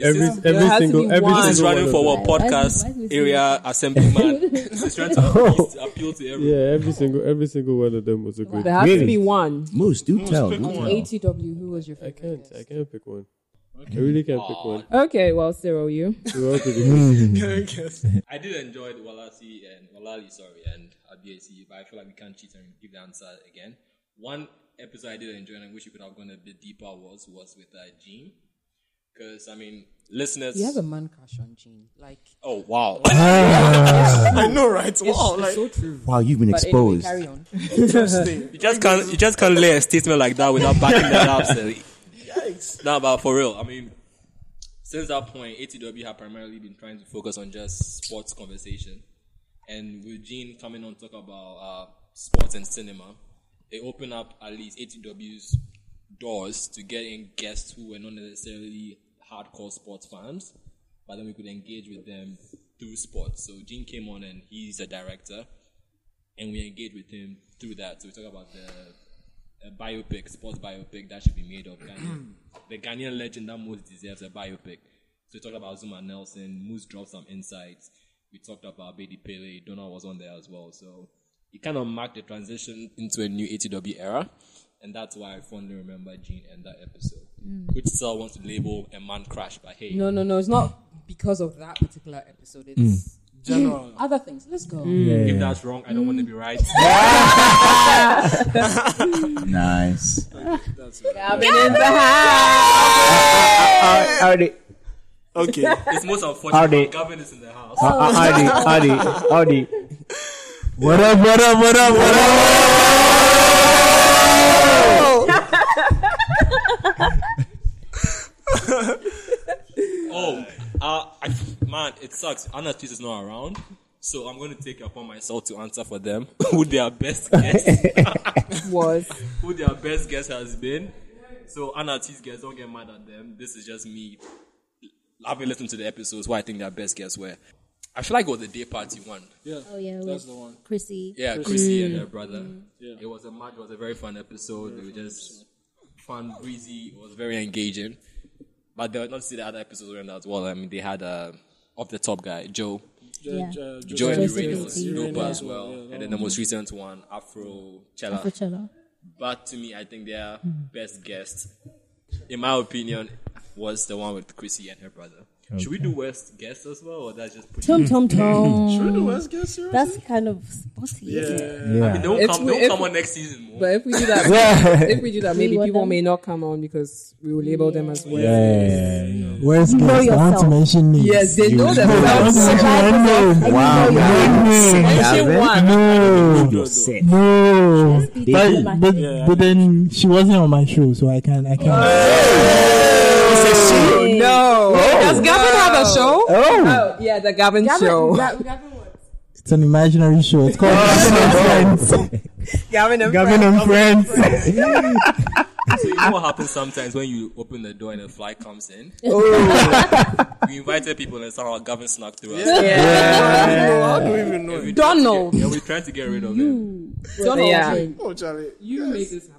Speaker 3: Every-
Speaker 1: every,
Speaker 3: There
Speaker 1: every
Speaker 7: has to
Speaker 1: single,
Speaker 7: be
Speaker 1: every
Speaker 7: one.
Speaker 1: single
Speaker 3: This is running
Speaker 1: one
Speaker 3: for
Speaker 1: of
Speaker 3: what
Speaker 1: them.
Speaker 3: podcast area assemblyman. This is trying to
Speaker 1: Oh.
Speaker 3: appease- appeal to everyone.
Speaker 1: Yeah, every single, every single one of them was a good.
Speaker 7: There has to be one.
Speaker 9: Moose, do tell.
Speaker 7: On ATW, who was your
Speaker 1: I
Speaker 7: favorite?
Speaker 1: can't, I can't pick one. I really can't pick one.
Speaker 7: Okay, well, Cyril, you.
Speaker 1: They're all pretty good.
Speaker 3: I did enjoy the Walasi and Walali, sorry, and Abiesi, but I feel like we can't cheat and give the answer again. One episode I did enjoy and I wish we could have gone a bit deeper was was with uh, Gene, because I mean, listeners.
Speaker 7: You have a man crush on Gene. Like,
Speaker 3: oh wow!
Speaker 7: I
Speaker 4: know, right? Wow,
Speaker 7: it's
Speaker 4: like-
Speaker 7: so true.
Speaker 9: Wow, you've been
Speaker 7: But anyway,
Speaker 9: exposed.
Speaker 7: carry on.
Speaker 3: you just can't you just can't lay a statement like that without backing that up. So. No, but for real, I mean, since that point, ATW have primarily been trying to focus on just sports conversation, and with Gene coming on to talk about uh, sports and cinema, they open up at least ATW's doors to get in guests who were not necessarily hardcore sports fans, but then we could engage with them through sports. So Gene came on, and he's a director and we engage with him through that. So we talk about the a biopic, sports biopic that should be made of Ghana. the Ghanaian legend that most deserves a biopic. So we talked about Zuma Nelson. Moose dropped some insights. We talked about Bedi Pele. Donald was on there as well. So it kind of marked the transition into a new ATW era. And that's why I fondly remember Gene and that episode.
Speaker 11: Mm.
Speaker 3: Which still wants to label a man crash, but hey.
Speaker 11: No, no, no. It's not because of that particular episode. It's
Speaker 3: Mm.
Speaker 11: general other things. Let's go.
Speaker 3: If that's wrong, I don't want to be right.
Speaker 9: Nice.
Speaker 11: Gavin in the house.
Speaker 9: Howdy.
Speaker 4: Okay.
Speaker 3: It's most unfortunate.
Speaker 9: Howdy.
Speaker 3: Gavin is in the house.
Speaker 1: Ah,
Speaker 5: Oh.
Speaker 9: Howdy. Howdy. Howdy. What up, what up, what up, what
Speaker 3: Oh, uh, I, man, it sucks. Anna Cheese is not around, so I'm going to take it upon myself to answer for them who their best guest
Speaker 7: Was.
Speaker 3: who their best guest has been. So Anna Cheese guests, don't get mad at them. This is just me having listened to the episodes where I think their best guests were. I feel like it was the day party one.
Speaker 4: Yeah.
Speaker 5: Oh yeah,
Speaker 4: That's
Speaker 5: with
Speaker 4: the one.
Speaker 5: Chrissy.
Speaker 3: Yeah, Chrissy and her
Speaker 5: Mm.
Speaker 3: brother. It was a mad, it was a very fun episode. They were just fun, breezy. It was very engaging. But they were not see the other episodes around as well. I mean, they had uh, off the top guy, Joe.
Speaker 4: Jo- Yeah. Jo- Jo-
Speaker 3: Joe and
Speaker 4: Joe
Speaker 3: Uranus,
Speaker 4: Uranus,
Speaker 3: Europa
Speaker 4: yeah.
Speaker 3: as well.
Speaker 4: Yeah, that
Speaker 3: and then the
Speaker 4: one.
Speaker 3: most recent one, Afro Chella.
Speaker 5: Afro Chella.
Speaker 3: But to me, I think their best guest, in my opinion, was the one with Chrissy and her brother. Should we do worst guest as well, or that's just pushing
Speaker 5: Tom,
Speaker 3: it?
Speaker 5: tom, tom.
Speaker 4: Should we do West Coast
Speaker 5: That's kind of spotty. isn't it?
Speaker 3: Yeah. I mean, don't
Speaker 7: If
Speaker 3: come,
Speaker 7: we-
Speaker 3: don't
Speaker 7: if-
Speaker 3: come on next season. Mo.
Speaker 7: But if we do that,
Speaker 3: Yeah.
Speaker 7: if we do that,
Speaker 3: Do
Speaker 7: maybe
Speaker 3: you want
Speaker 7: people
Speaker 3: them?
Speaker 7: may not come on because we will label them as well.
Speaker 10: Where's
Speaker 7: You know
Speaker 10: guest? I have to
Speaker 7: yourself.
Speaker 10: mention names.
Speaker 7: Yes, they know
Speaker 10: You-
Speaker 7: themselves.
Speaker 10: I have to mention one name.
Speaker 7: Wow.
Speaker 10: One name.
Speaker 7: Mention one.
Speaker 10: No,
Speaker 5: She has to be
Speaker 10: but, but, but then she wasn't on my show, so I can't. I can't.
Speaker 3: Oh.
Speaker 7: Oh, No.
Speaker 10: Oh.
Speaker 7: Does Gavin have a show?
Speaker 10: Oh.
Speaker 7: yeah, the Gavin,
Speaker 10: Gavin-
Speaker 7: show.
Speaker 10: Ga- It's an imaginary show. It's called Gavin and Friends.
Speaker 7: Gavin and
Speaker 10: Gavin and Friends.
Speaker 3: so you know what happens sometimes when you open the door and a fly comes in. we invited people and somehow Gavin snuck through us.
Speaker 7: Yeah. Yeah. How do we
Speaker 4: even know?
Speaker 3: And we tried to
Speaker 7: Donald.
Speaker 3: get- yeah, we tried to get rid of him.
Speaker 7: Donald.
Speaker 4: Yeah.
Speaker 7: Oh, Charlie. You make this happen.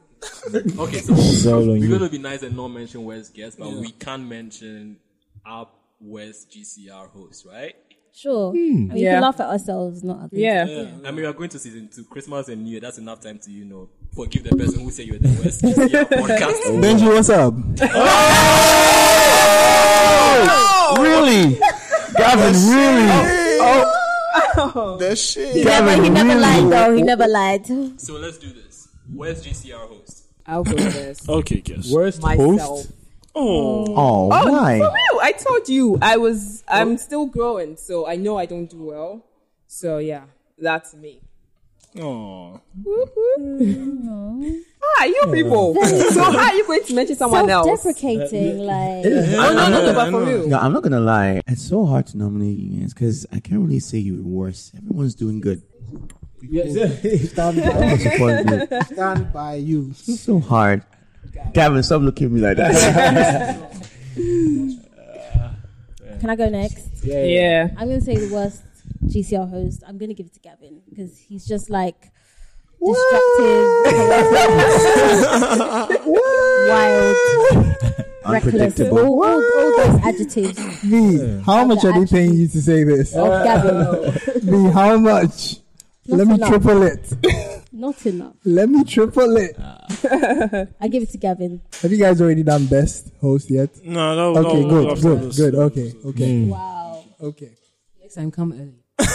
Speaker 3: Okay, so
Speaker 10: Donald,
Speaker 3: we're
Speaker 10: you-
Speaker 3: gonna be nice and not mention West guests, but
Speaker 4: Yeah.
Speaker 3: we can mention our West GCR host, right?
Speaker 5: Sure.
Speaker 3: Hmm.
Speaker 5: I mean, you
Speaker 3: Yeah.
Speaker 5: can laugh at ourselves, not at them.
Speaker 3: I mean, we are going to season two, Christmas and New Year. That's enough time to, you know, forgive the person who said you're the West GCR podcast.
Speaker 10: Benji, what's up?
Speaker 3: Oh!
Speaker 10: Really? Gavin, really?
Speaker 5: Oh.
Speaker 4: That shit.
Speaker 5: He never, he never lied though. He never lied.
Speaker 3: So let's do this. West GCR host.
Speaker 7: I'll go first.
Speaker 4: okay, guess.
Speaker 7: Worst
Speaker 4: Myself.
Speaker 7: host?
Speaker 4: Oh.
Speaker 9: Oh, why?
Speaker 7: Mm. For real, I told you I was. I'm still growing, so I know I don't do well. So yeah, that's me.
Speaker 4: Oh.
Speaker 7: Ah, you people. so how are you going to mention someone else?
Speaker 5: Self-deprecating, like.
Speaker 10: Oh,
Speaker 7: No, no, no, no, but for real.
Speaker 9: No, I'm not gonna lie. It's so hard to nominate you guys because I can't really say you were worse. Everyone's doing good.
Speaker 8: Stand
Speaker 9: by. Support
Speaker 8: by.
Speaker 9: group.
Speaker 8: Stand by you.
Speaker 9: So hard. Gavin, stop looking at me like that.
Speaker 1: Uh,
Speaker 5: Can I go next?
Speaker 9: Yeah, yeah, yeah.
Speaker 5: I'm going to say the worst GCR host. I'm going to give it to Gavin because he's just like destructive, wild, reckless, all,
Speaker 10: Unpredictable.
Speaker 5: all, all those adjectives.
Speaker 10: Me, how much are they paying you to say this?
Speaker 5: Of Gavin.
Speaker 10: Me, how much? Let me
Speaker 5: enough.
Speaker 10: triple it.
Speaker 5: Not enough.
Speaker 10: Let me triple it.
Speaker 5: I give it to Gavin.
Speaker 10: Have you guys already done best host yet?
Speaker 4: No, no,
Speaker 10: Okay,
Speaker 4: no,
Speaker 10: good,
Speaker 4: no,
Speaker 10: good,
Speaker 4: no, Mm.
Speaker 10: good.
Speaker 4: no,
Speaker 10: Okay, okay.
Speaker 5: Wow.
Speaker 10: Okay.
Speaker 11: Next time, come early.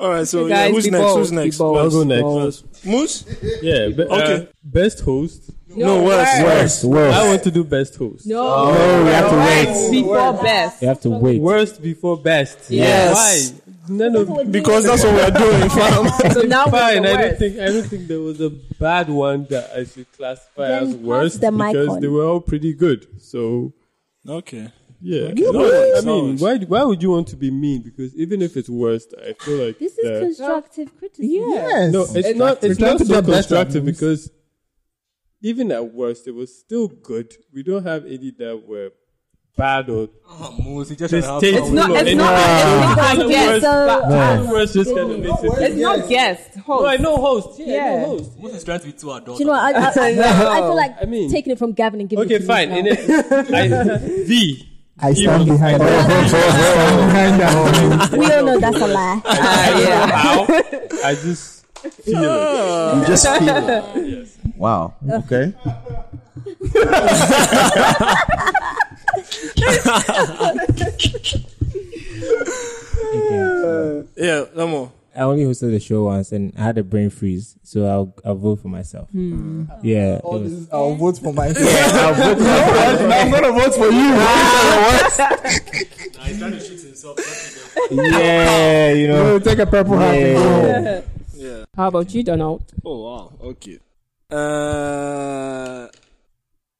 Speaker 4: All right, so
Speaker 11: Okay, guys,
Speaker 4: yeah, who's
Speaker 11: be
Speaker 4: next?
Speaker 11: bold,
Speaker 4: Who's
Speaker 11: be
Speaker 4: next?
Speaker 11: bold,
Speaker 1: I'll go next.
Speaker 4: Moose?
Speaker 1: Yeah. Be-
Speaker 4: Okay.
Speaker 1: uh, best host.
Speaker 4: No, No, worst. worst. Worst.
Speaker 1: I want to do best host.
Speaker 7: No,
Speaker 4: Oh,
Speaker 1: No, we have to
Speaker 7: Worst
Speaker 1: wait.
Speaker 7: Before best.
Speaker 1: You have to wait. Worst before best.
Speaker 7: Yes.
Speaker 1: Why? No, no.
Speaker 4: Because that's what we're doing, fam.
Speaker 7: So now we're
Speaker 1: fine.
Speaker 7: the
Speaker 1: I don't
Speaker 7: worst.
Speaker 1: think I don't think there was a bad one that I should classify
Speaker 7: Then
Speaker 1: as
Speaker 7: pass
Speaker 1: worst
Speaker 7: the mic
Speaker 1: because
Speaker 7: on.
Speaker 1: they were all pretty good. So
Speaker 4: Okay.
Speaker 1: yeah,
Speaker 4: Okay.
Speaker 1: No,
Speaker 4: No,
Speaker 1: I
Speaker 4: it's
Speaker 1: mean,
Speaker 4: not.
Speaker 1: why why would you want to be mean? Because even if it's worst, I feel like
Speaker 5: This is
Speaker 1: that-
Speaker 5: constructive criticism.
Speaker 10: Yes.
Speaker 1: no, it's not.
Speaker 10: We're
Speaker 1: It's
Speaker 10: trying
Speaker 1: not
Speaker 10: to
Speaker 1: so
Speaker 10: get better.
Speaker 1: constructive because even at worst, it was still good. We don't have any that were bad or
Speaker 14: oh, Moose, he just
Speaker 1: distasteful.
Speaker 14: It's not-
Speaker 1: or
Speaker 14: it's
Speaker 1: anything.
Speaker 14: not- it's
Speaker 7: not
Speaker 1: All the
Speaker 7: guess,
Speaker 1: words-
Speaker 7: so-
Speaker 1: all the words just kind of makes it.
Speaker 7: It's not guest. Host.
Speaker 14: No, I know host. Yeah, I
Speaker 7: Yeah.
Speaker 14: know host. Moose is trying to be too adult.
Speaker 5: Do you know what? I, I, I,
Speaker 1: No.
Speaker 5: I feel like
Speaker 1: I mean-
Speaker 5: taking it from Gavin and giving
Speaker 1: Okay,
Speaker 5: it to
Speaker 1: fine.
Speaker 5: You
Speaker 1: In it, I, V.
Speaker 10: I stand
Speaker 1: You-
Speaker 10: behind that.
Speaker 5: now. we all know that's a lie.
Speaker 1: I just feel it.
Speaker 9: You just feel it. Wow. Okay.
Speaker 4: Yeah, no more.
Speaker 6: I only hosted the show once and I had a brain freeze, so I'll, I'll vote for myself.
Speaker 10: Hmm.
Speaker 6: Yeah. it
Speaker 10: All
Speaker 6: was-
Speaker 10: this- I'll vote for myself.
Speaker 6: I'll vote for myself.
Speaker 10: I'm gonna vote for you.
Speaker 3: he's trying to shoot himself.
Speaker 6: yeah, you know.
Speaker 10: We'll take a purple hat. and go.
Speaker 4: Yeah.
Speaker 7: How about you, Donald?
Speaker 4: Oh wow. Okay. Uh,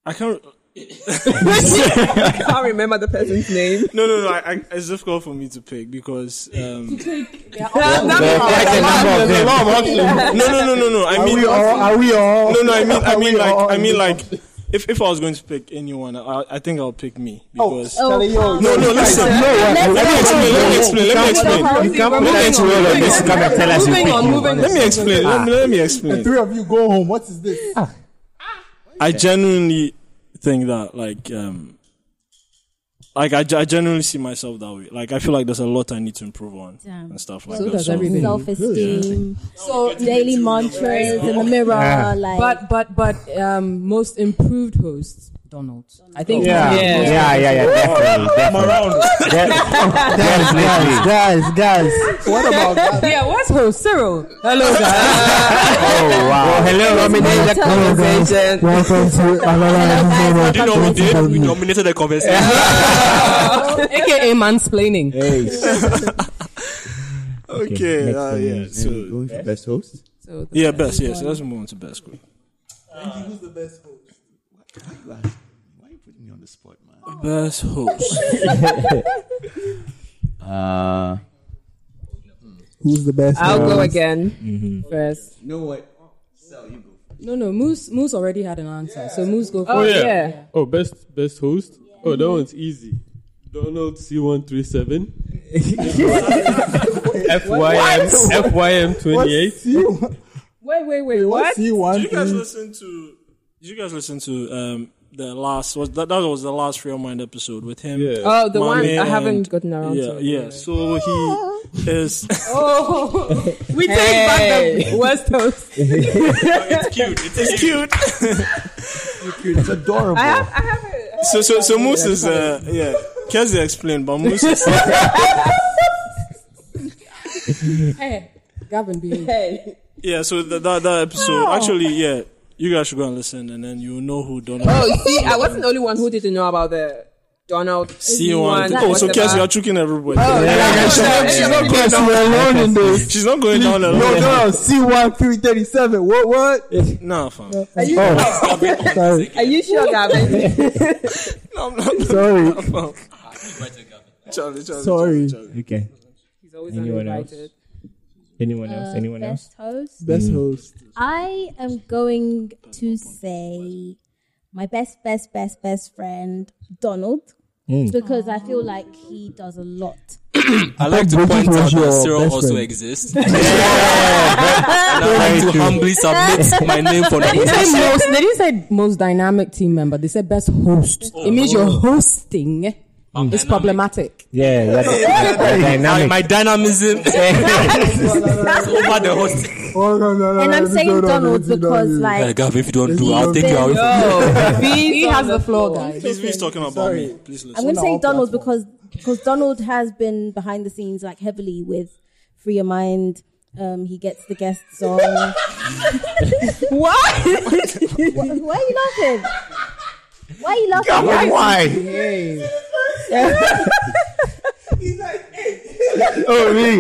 Speaker 4: I can't.
Speaker 7: I can't remember the person's name.
Speaker 4: No, no, no. I, I, it's difficult for me to pick because um,
Speaker 10: There's a lot of options.
Speaker 4: no, no, no, no, no. I
Speaker 10: Are
Speaker 4: mean,
Speaker 10: we all- are we all-
Speaker 4: No, no. I mean, I
Speaker 10: are
Speaker 4: mean,
Speaker 10: we
Speaker 4: like,
Speaker 10: all
Speaker 4: I mean,
Speaker 10: in
Speaker 4: like, if if I was going to pick anyone, I, I think I'll pick me because.
Speaker 10: Oh, Charlie, yo, yo,
Speaker 4: no, no.
Speaker 10: you guys-
Speaker 4: Listen.
Speaker 10: you know what?
Speaker 4: Let me explain. Let me explain. Let me
Speaker 10: You
Speaker 4: explain.
Speaker 10: can't- you can't
Speaker 4: Let
Speaker 10: put
Speaker 4: me
Speaker 10: that
Speaker 4: explain.
Speaker 10: role
Speaker 4: Let
Speaker 10: on
Speaker 4: me
Speaker 10: this
Speaker 4: explain.
Speaker 10: come and tell us you
Speaker 7: Moving
Speaker 10: pick
Speaker 7: on,
Speaker 10: me.
Speaker 7: moving
Speaker 4: Let me explain. Let me let me
Speaker 10: The
Speaker 4: explain.
Speaker 10: three of you go home. What is this?
Speaker 4: I genuinely think that like um like I, ge- I genuinely see myself that way. Like I feel like there's a lot I need to improve on
Speaker 5: Damn.
Speaker 4: and stuff like
Speaker 7: So
Speaker 4: that.
Speaker 7: does everything.
Speaker 5: Self-esteem,
Speaker 11: So
Speaker 5: daily mantras in the mirror,
Speaker 11: Yeah.
Speaker 5: like
Speaker 11: But but but um, most improved host Donald. I think.
Speaker 10: Yeah, yeah, yeah, yeah, definitely, definitely. De- guys, guys, guys. What about that?
Speaker 11: Yeah, what's host Cyril? Hello, guys.
Speaker 10: Oh wow. Well, hello, nominated the conversation. Welcome to another
Speaker 3: You know what we did? We dominated the conversation.
Speaker 11: AKA mansplaining.
Speaker 4: Okay,
Speaker 6: next
Speaker 4: uh,
Speaker 6: thing
Speaker 4: yeah.
Speaker 6: is-
Speaker 4: So
Speaker 9: Going for best host.
Speaker 11: So the
Speaker 4: yeah, best, yes. Let's move on to best group.
Speaker 9: Who's the best host? Why you asking me? Why you putting me on the spot, man?
Speaker 4: Best host.
Speaker 9: Uh,
Speaker 10: Who's the best?
Speaker 7: I'll go
Speaker 10: host?
Speaker 7: again
Speaker 10: Mm-hmm.
Speaker 7: first.
Speaker 9: you know what? Sell you go.
Speaker 11: No, no, Moose Moose already had an answer. So Moose go
Speaker 7: Oh
Speaker 11: for it.
Speaker 7: yeah.
Speaker 1: Oh, best best host. Oh, that one's easy. Donald C one three seven. FYM FYM twenty eight.
Speaker 10: You,
Speaker 7: Wait, wait, wait. What?
Speaker 10: what's you
Speaker 4: Did
Speaker 10: want?
Speaker 4: you guys listen to did you guys listen to um the last was that that was the last Real Mind episode with him?
Speaker 1: Yeah.
Speaker 7: Oh, the one
Speaker 4: Mame
Speaker 7: I
Speaker 4: and-
Speaker 7: haven't gotten around
Speaker 4: yeah,
Speaker 7: to.
Speaker 4: yeah. So he is
Speaker 7: Oh, we take back the worst host.
Speaker 4: it's cute. It's cute.
Speaker 9: It's adorable.
Speaker 7: I have, I have a.
Speaker 4: So so so Moose is uh yeah. Kezia explained, but Moose is
Speaker 11: Hey, Gavin, behave.
Speaker 7: Hey,
Speaker 4: Yeah, so that that, that episode actually, yeah, you guys should go and listen, and then you'll know who Donald.
Speaker 7: oh, see, I wasn't the only one who didn't know about the Donald
Speaker 4: C one.
Speaker 7: that
Speaker 4: Oh,
Speaker 7: was
Speaker 4: so Kes,
Speaker 7: about- Oh,
Speaker 4: you're tricking everybody.
Speaker 10: She's not going alone in this.
Speaker 4: She's not going down
Speaker 10: Yo,
Speaker 4: alone.
Speaker 10: no, C one three thirty seven. What? What? Oh,
Speaker 4: Nah, fam.
Speaker 7: Are you,
Speaker 10: Sorry,
Speaker 7: are you sure, Gavin?
Speaker 4: No, I'm not.
Speaker 10: sorry,
Speaker 4: Charlie, Charlie,
Speaker 10: sorry.
Speaker 4: Charlie.
Speaker 6: Okay.
Speaker 7: He's always
Speaker 6: Anyone
Speaker 7: uninvited.
Speaker 6: Anyone else?
Speaker 5: uh,
Speaker 6: Anyone else? Mm.
Speaker 5: best host.
Speaker 10: Best host.
Speaker 5: I am going to say my best, best, best, best friend Donald
Speaker 6: Mm.
Speaker 5: because I feel like he does a lot.
Speaker 3: I like to
Speaker 10: Bridget
Speaker 3: point
Speaker 10: was
Speaker 3: out
Speaker 10: your
Speaker 3: that Cyril
Speaker 10: best
Speaker 3: also
Speaker 10: friend.
Speaker 3: exists. And I like to humbly submit my name for
Speaker 11: They didn't
Speaker 3: nomination.
Speaker 11: say most. They didn't say most dynamic team member. They said best host. it means your hosting is
Speaker 3: Oh, Dynamic.
Speaker 11: problematic.
Speaker 6: Yeah, yeah, that's, that's
Speaker 3: My,
Speaker 6: dynamic.
Speaker 3: my dynamism is over the host.
Speaker 10: Oh no, no, no.
Speaker 5: and I'm
Speaker 10: this is
Speaker 5: saying
Speaker 10: not on
Speaker 5: Donald
Speaker 10: this, this is not
Speaker 5: because
Speaker 10: on this.
Speaker 3: Hey,
Speaker 5: like
Speaker 3: Gav, if you don't do,
Speaker 10: This
Speaker 3: I'll
Speaker 10: is
Speaker 3: take you
Speaker 5: been-
Speaker 3: away from
Speaker 7: Oh,
Speaker 11: He has the floor, guys.
Speaker 4: Please, please talking about me. Please
Speaker 5: I'm
Speaker 4: listen.
Speaker 5: going to say
Speaker 10: our
Speaker 5: Donald
Speaker 10: platform.
Speaker 5: because because Donald has been behind the scenes like heavily with Free Your Mind. Um, he gets the guests on. Why? Why are you laughing? Why are you laughing?
Speaker 9: Why?
Speaker 10: Hey. oh me.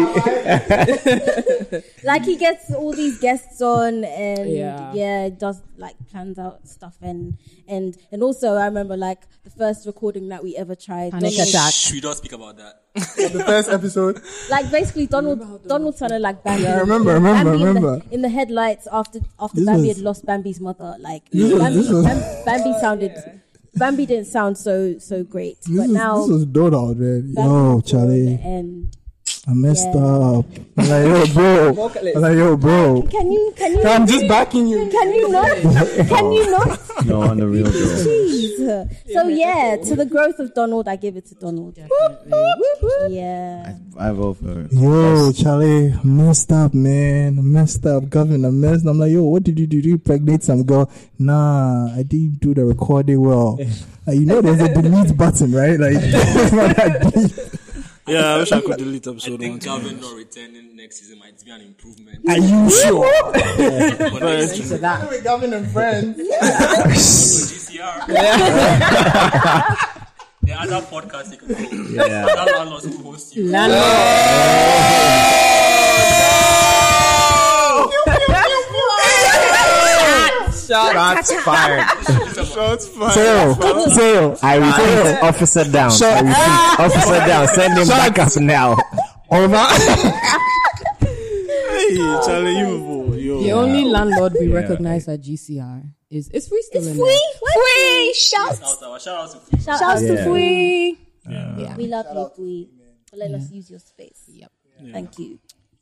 Speaker 5: like he gets all these guests on and yeah.
Speaker 11: Yeah.
Speaker 5: does like plans out stuff and and and also I remember like the first recording that we ever tried.
Speaker 11: Panic
Speaker 5: Donald-
Speaker 11: attack.
Speaker 3: Shh, we don't speak about that.
Speaker 10: The first episode.
Speaker 5: Like basically Donald Donald sounded like Bambi.
Speaker 10: Yeah, I remember, I remember, I
Speaker 5: Bambi in the-
Speaker 10: remember.
Speaker 5: In the, headlights after after
Speaker 10: This
Speaker 5: Bambi
Speaker 10: was-
Speaker 5: had lost Bambi's mother, like
Speaker 10: This was-
Speaker 5: Bambi,
Speaker 10: this was-
Speaker 5: Bam- Bambi sounded Bambi didn't sound so so great,
Speaker 10: This
Speaker 5: but
Speaker 10: is,
Speaker 5: now
Speaker 10: this is Donald, man.
Speaker 5: Bambi
Speaker 10: Yo,
Speaker 5: was
Speaker 10: Charlie.
Speaker 5: and
Speaker 10: I messed
Speaker 5: Yeah.
Speaker 10: up. I'm like, yo, bro. I'm like, yo, bro.
Speaker 5: can you can you?
Speaker 10: I'm just backing you.
Speaker 5: Can you not? Can you not?
Speaker 9: No, on the real girl.
Speaker 5: Jeez. So yeah, to the growth of Donald, I give it to Donald. Yeah.
Speaker 9: I vote oh for her.
Speaker 10: Yo, Charlie, I messed up, man. I messed up, governor. I messed. I'm like, yo, what did you do? Did you pregnant some girl? Nah, I didn't do the recording well. Like, you know, there's a delete button, right? Like,
Speaker 4: Yeah, I wish I could delete episode
Speaker 3: I
Speaker 4: one.
Speaker 3: think
Speaker 4: to be
Speaker 3: Calvin
Speaker 4: honest.
Speaker 3: not returning next season might be an improvement.
Speaker 10: Are you sure?
Speaker 3: But next season- The other podcast you can go.
Speaker 10: Yeah.
Speaker 3: Other landlords who host you.
Speaker 10: Shots fired.
Speaker 4: Shots fired.
Speaker 10: Tail, tail,
Speaker 4: I
Speaker 10: tail.
Speaker 4: repeat,
Speaker 10: officer down. I repeat, officer down. Send him back up now. Over.
Speaker 4: Hey, Charlie, you boy, yo.
Speaker 11: The only landlord we
Speaker 4: Yeah.
Speaker 11: recognize at GCR is it's free still
Speaker 5: It's
Speaker 11: in
Speaker 5: free.
Speaker 11: there.
Speaker 5: Free. Shout.
Speaker 3: Shout out, shout out to Free.
Speaker 5: Shout out to
Speaker 11: Yeah.
Speaker 5: Fui.
Speaker 11: Yeah.
Speaker 5: We love you, Fui, for letting us use your space. Yep. Thank you.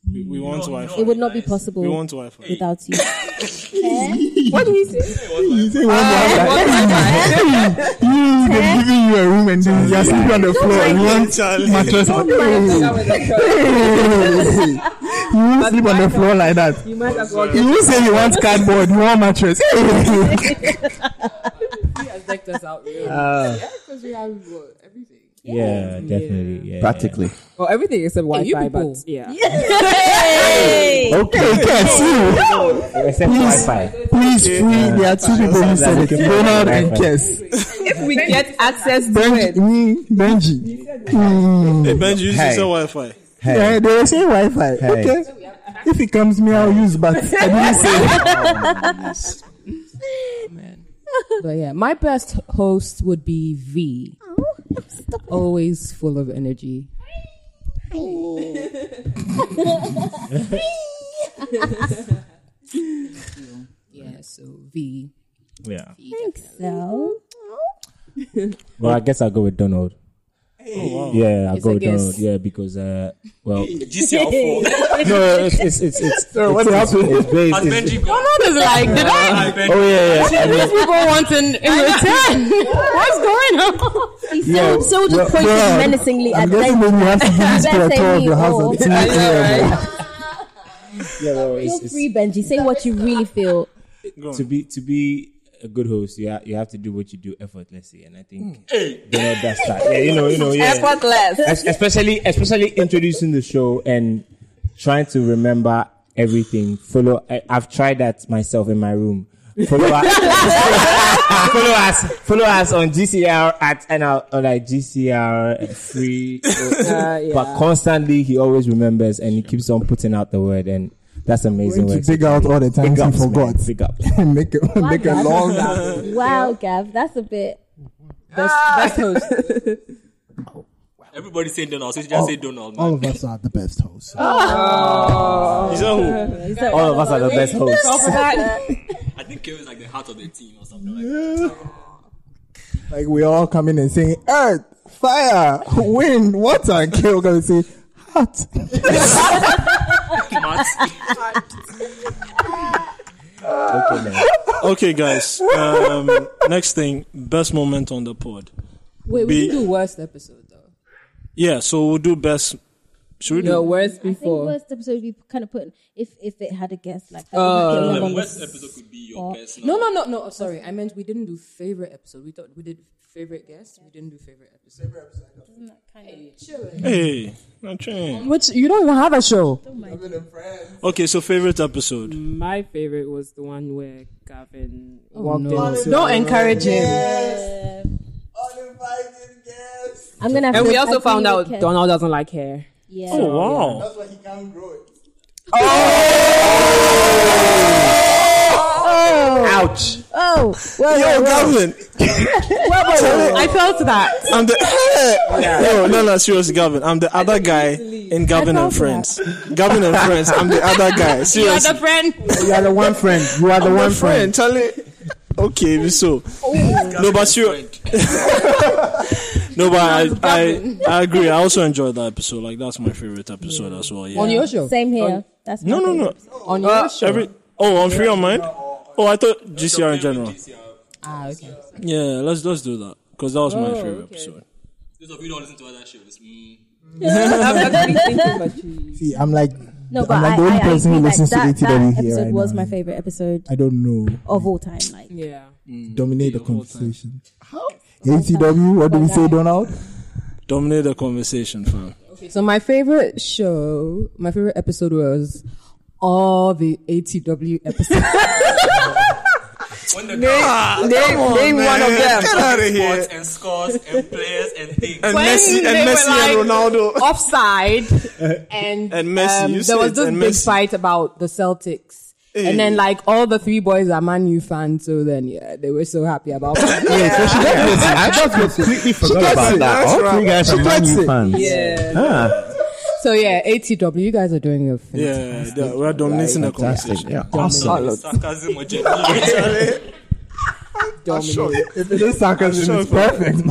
Speaker 4: We, we want Wi-Fi.
Speaker 5: It would not be possible
Speaker 4: We want Wi-Fi.
Speaker 5: without you. Eh? What do you say?
Speaker 10: You say Ah, one more time. You, they're giving you a room and then you're sleeping on the floor. You want mattress.
Speaker 13: Don't
Speaker 10: Hey. You won't sleep on the floor like that.
Speaker 13: You might as well
Speaker 10: You will say you want cardboard, you want mattress. Hey.
Speaker 11: He has decked us out. really.
Speaker 10: Ah.
Speaker 11: Yeah, because we have what, everything.
Speaker 6: Yeah, definitely. Yeah.
Speaker 9: Practically.
Speaker 13: Well, everything except
Speaker 11: Hey, you
Speaker 13: Wi-Fi,
Speaker 11: people.
Speaker 13: but yeah.
Speaker 10: Okay, can see.
Speaker 6: Except
Speaker 10: Please,
Speaker 6: Wi-Fi.
Speaker 10: please, free. There are two people who said it. Donald and
Speaker 6: Wi-Fi.
Speaker 10: Kes.
Speaker 13: If we get access to
Speaker 10: Benji. mm, Benji. Mm.
Speaker 4: Hey, Benji, you
Speaker 10: Hey.
Speaker 4: hey. Wi-Fi.
Speaker 10: Yeah, they were saying Wi-Fi.
Speaker 9: Hey.
Speaker 10: Okay. If it comes me, I'll use, but I didn't say it.
Speaker 11: But yeah, my best host would be V. Always full of energy. yeah, so V.
Speaker 6: Yeah.
Speaker 5: Thanks, so.
Speaker 6: Well, I guess I'll go with Donald.
Speaker 4: wow.
Speaker 6: Yeah, I'll
Speaker 4: It's
Speaker 6: go
Speaker 4: a
Speaker 6: with
Speaker 4: guess.
Speaker 6: Donald. Yeah, because uh, well,
Speaker 3: GCR four.
Speaker 6: no, it's it's it's it's,
Speaker 10: So what
Speaker 6: it's,
Speaker 10: happened?
Speaker 6: it's based.
Speaker 3: Has
Speaker 6: It's,
Speaker 3: Benji gone?
Speaker 11: Donald is like, did I?
Speaker 6: oh yeah, yeah. I mean,
Speaker 11: people wanting in return. What's going on?
Speaker 5: He
Speaker 10: Yeah.
Speaker 5: still, still just
Speaker 10: Well,
Speaker 5: pointed
Speaker 10: well,
Speaker 5: menacingly
Speaker 10: I'm
Speaker 5: at
Speaker 10: guessing
Speaker 5: Benji.
Speaker 10: maybe you have to do this for a
Speaker 5: That's
Speaker 10: tour of
Speaker 5: me,
Speaker 10: your house
Speaker 5: oh.
Speaker 10: at 2 a.m.
Speaker 6: yeah well, it's,
Speaker 5: Feel
Speaker 6: it's,
Speaker 5: free, Benji. Say what you really feel.
Speaker 6: to be to be a good host, you ha- you have to do what you do effortlessly, and I think Donald does that. Yeah, you know, you know, yeah. Es- especially especially introducing the show and trying to remember everything. Follow. I, I've tried that myself in my room. Follow us. follow us. Follow us on GCR at and I'll- or like GCR free.
Speaker 13: yeah.
Speaker 6: But constantly, he always remembers and he keeps on putting out the word, and that's amazing.
Speaker 10: Going to
Speaker 6: work.
Speaker 10: dig out all the times
Speaker 6: Big
Speaker 10: he
Speaker 6: ups, man.
Speaker 10: forgot.
Speaker 6: Big ups.
Speaker 10: make it make it long.
Speaker 5: Wow, Gav, that's a bit.
Speaker 11: Best, best host.
Speaker 3: Everybody say Donald. So you just say
Speaker 6: Oh.
Speaker 3: Donald. Man.
Speaker 10: All of us are the best hosts.
Speaker 3: Ah.
Speaker 8: Ah.
Speaker 4: He's a who?
Speaker 6: Oh. All of us are the best hosts.
Speaker 3: I think Keo is like the heart of the team or something like that.
Speaker 10: Like we all come in and sing earth, fire, wind, water, and Kale gonna say hot.
Speaker 4: Okay, guys. Um, next thing, best moment on the pod.
Speaker 11: Wait, we
Speaker 4: Be-
Speaker 11: didn't do worst episode though.
Speaker 4: Yeah, so we'll do best. Should we do?
Speaker 13: No, worst
Speaker 5: I think
Speaker 13: before.
Speaker 5: worst episode we kind of put if if it had a guest like that.
Speaker 6: Uh,
Speaker 13: Oh.
Speaker 5: we had
Speaker 3: The
Speaker 5: them on
Speaker 3: worst
Speaker 5: the
Speaker 3: episode could be your
Speaker 5: spot.
Speaker 3: best.
Speaker 11: No, no, no, no. oh, Sorry, I meant we didn't do favorite episode. We thought we did favorite guest. We didn't do favorite episode. Hey, chill.
Speaker 4: Hey, I'm trying.
Speaker 11: Which you don't even have a show.
Speaker 4: Okay, so favorite episode.
Speaker 13: My favorite was the one where Gavin
Speaker 11: Oh,
Speaker 13: walked
Speaker 11: no.
Speaker 13: into
Speaker 7: Don't encourage him.
Speaker 5: I'm gonna. Have
Speaker 13: And
Speaker 5: to
Speaker 13: we also
Speaker 5: agree
Speaker 13: found
Speaker 5: with
Speaker 13: out
Speaker 5: Kes.
Speaker 13: Donald doesn't like hair.
Speaker 5: Yeah.
Speaker 4: Oh wow.
Speaker 10: Oh!
Speaker 6: Ouch.
Speaker 5: Oh, well,
Speaker 4: Yo,
Speaker 5: well, well.
Speaker 4: Gavin.
Speaker 7: I felt that.
Speaker 4: I'm the. Yo, no, no, seriously, Gavin. I'm the other guy in Gavin and Friends. Gavin and Friends. I'm the other guy.
Speaker 7: You are
Speaker 4: Seriously.
Speaker 7: the friend.
Speaker 10: You are the one friend. You are the
Speaker 4: I'm
Speaker 10: one
Speaker 4: the friend, Charlie. Okay, so no, but sure. no, but I, I I agree. I also enjoyed that episode. Like that's my favorite episode as well. Yeah.
Speaker 5: On your show? Same here. That's
Speaker 4: no,
Speaker 5: my
Speaker 4: no, no.
Speaker 5: favorite.
Speaker 4: On your show. Every, oh, on free on mine. Oh, I thought GCR in general.
Speaker 11: Ah, okay.
Speaker 4: Yeah, let's let's do that because that was my
Speaker 11: Oh,
Speaker 4: favorite
Speaker 11: okay.
Speaker 4: episode.
Speaker 3: Those of you don't listen to other shows. Mm.
Speaker 10: See, I'm like,
Speaker 5: No, but
Speaker 10: I'm like
Speaker 5: I,
Speaker 10: the only
Speaker 5: I, I
Speaker 10: person
Speaker 5: agree,
Speaker 10: who
Speaker 5: like,
Speaker 10: listens
Speaker 5: that,
Speaker 10: to
Speaker 5: that
Speaker 10: ATW here
Speaker 5: episode
Speaker 10: right
Speaker 5: was
Speaker 10: now.
Speaker 5: my favorite episode
Speaker 10: I don't know.
Speaker 5: of all time. Like, Mm.
Speaker 7: yeah.
Speaker 10: Dominate the conversation. ATW, what do we say, Donald?
Speaker 4: Dominate the conversation, fam.
Speaker 11: Okay, so my favorite show, my favorite episode was all the ATW episodes.
Speaker 3: When the
Speaker 11: Name-
Speaker 3: guys-
Speaker 11: name- Come on, name man. one of them. Get outta
Speaker 3: Sports
Speaker 11: here.
Speaker 3: and scores and players and things.
Speaker 11: When they were like offside, and
Speaker 3: And Messi,
Speaker 11: um,
Speaker 3: you
Speaker 11: there was
Speaker 3: said,
Speaker 11: this
Speaker 3: and
Speaker 11: big
Speaker 3: Messi.
Speaker 11: fight about the Celtics,
Speaker 3: Hey.
Speaker 11: and then like all the three boys are Man U fans, so then yeah, they were so happy about. it.
Speaker 9: I just completely forgot
Speaker 11: gets
Speaker 9: about
Speaker 11: it,
Speaker 9: that.
Speaker 11: that's
Speaker 9: All three
Speaker 11: right.
Speaker 9: guys
Speaker 11: She
Speaker 9: are Man
Speaker 11: gets
Speaker 9: U
Speaker 11: it.
Speaker 9: fans.
Speaker 11: Yeah.
Speaker 9: Ah,
Speaker 11: So yeah, ATW, you guys are doing a
Speaker 4: Yeah,
Speaker 11: fantastic.
Speaker 4: yeah, we're dominating the
Speaker 9: Fantastic.
Speaker 4: conversation.
Speaker 9: Yeah, awesome.
Speaker 11: Dominate.
Speaker 3: Sarcasm or genuine.
Speaker 10: If it is sarcasm, it's perfect.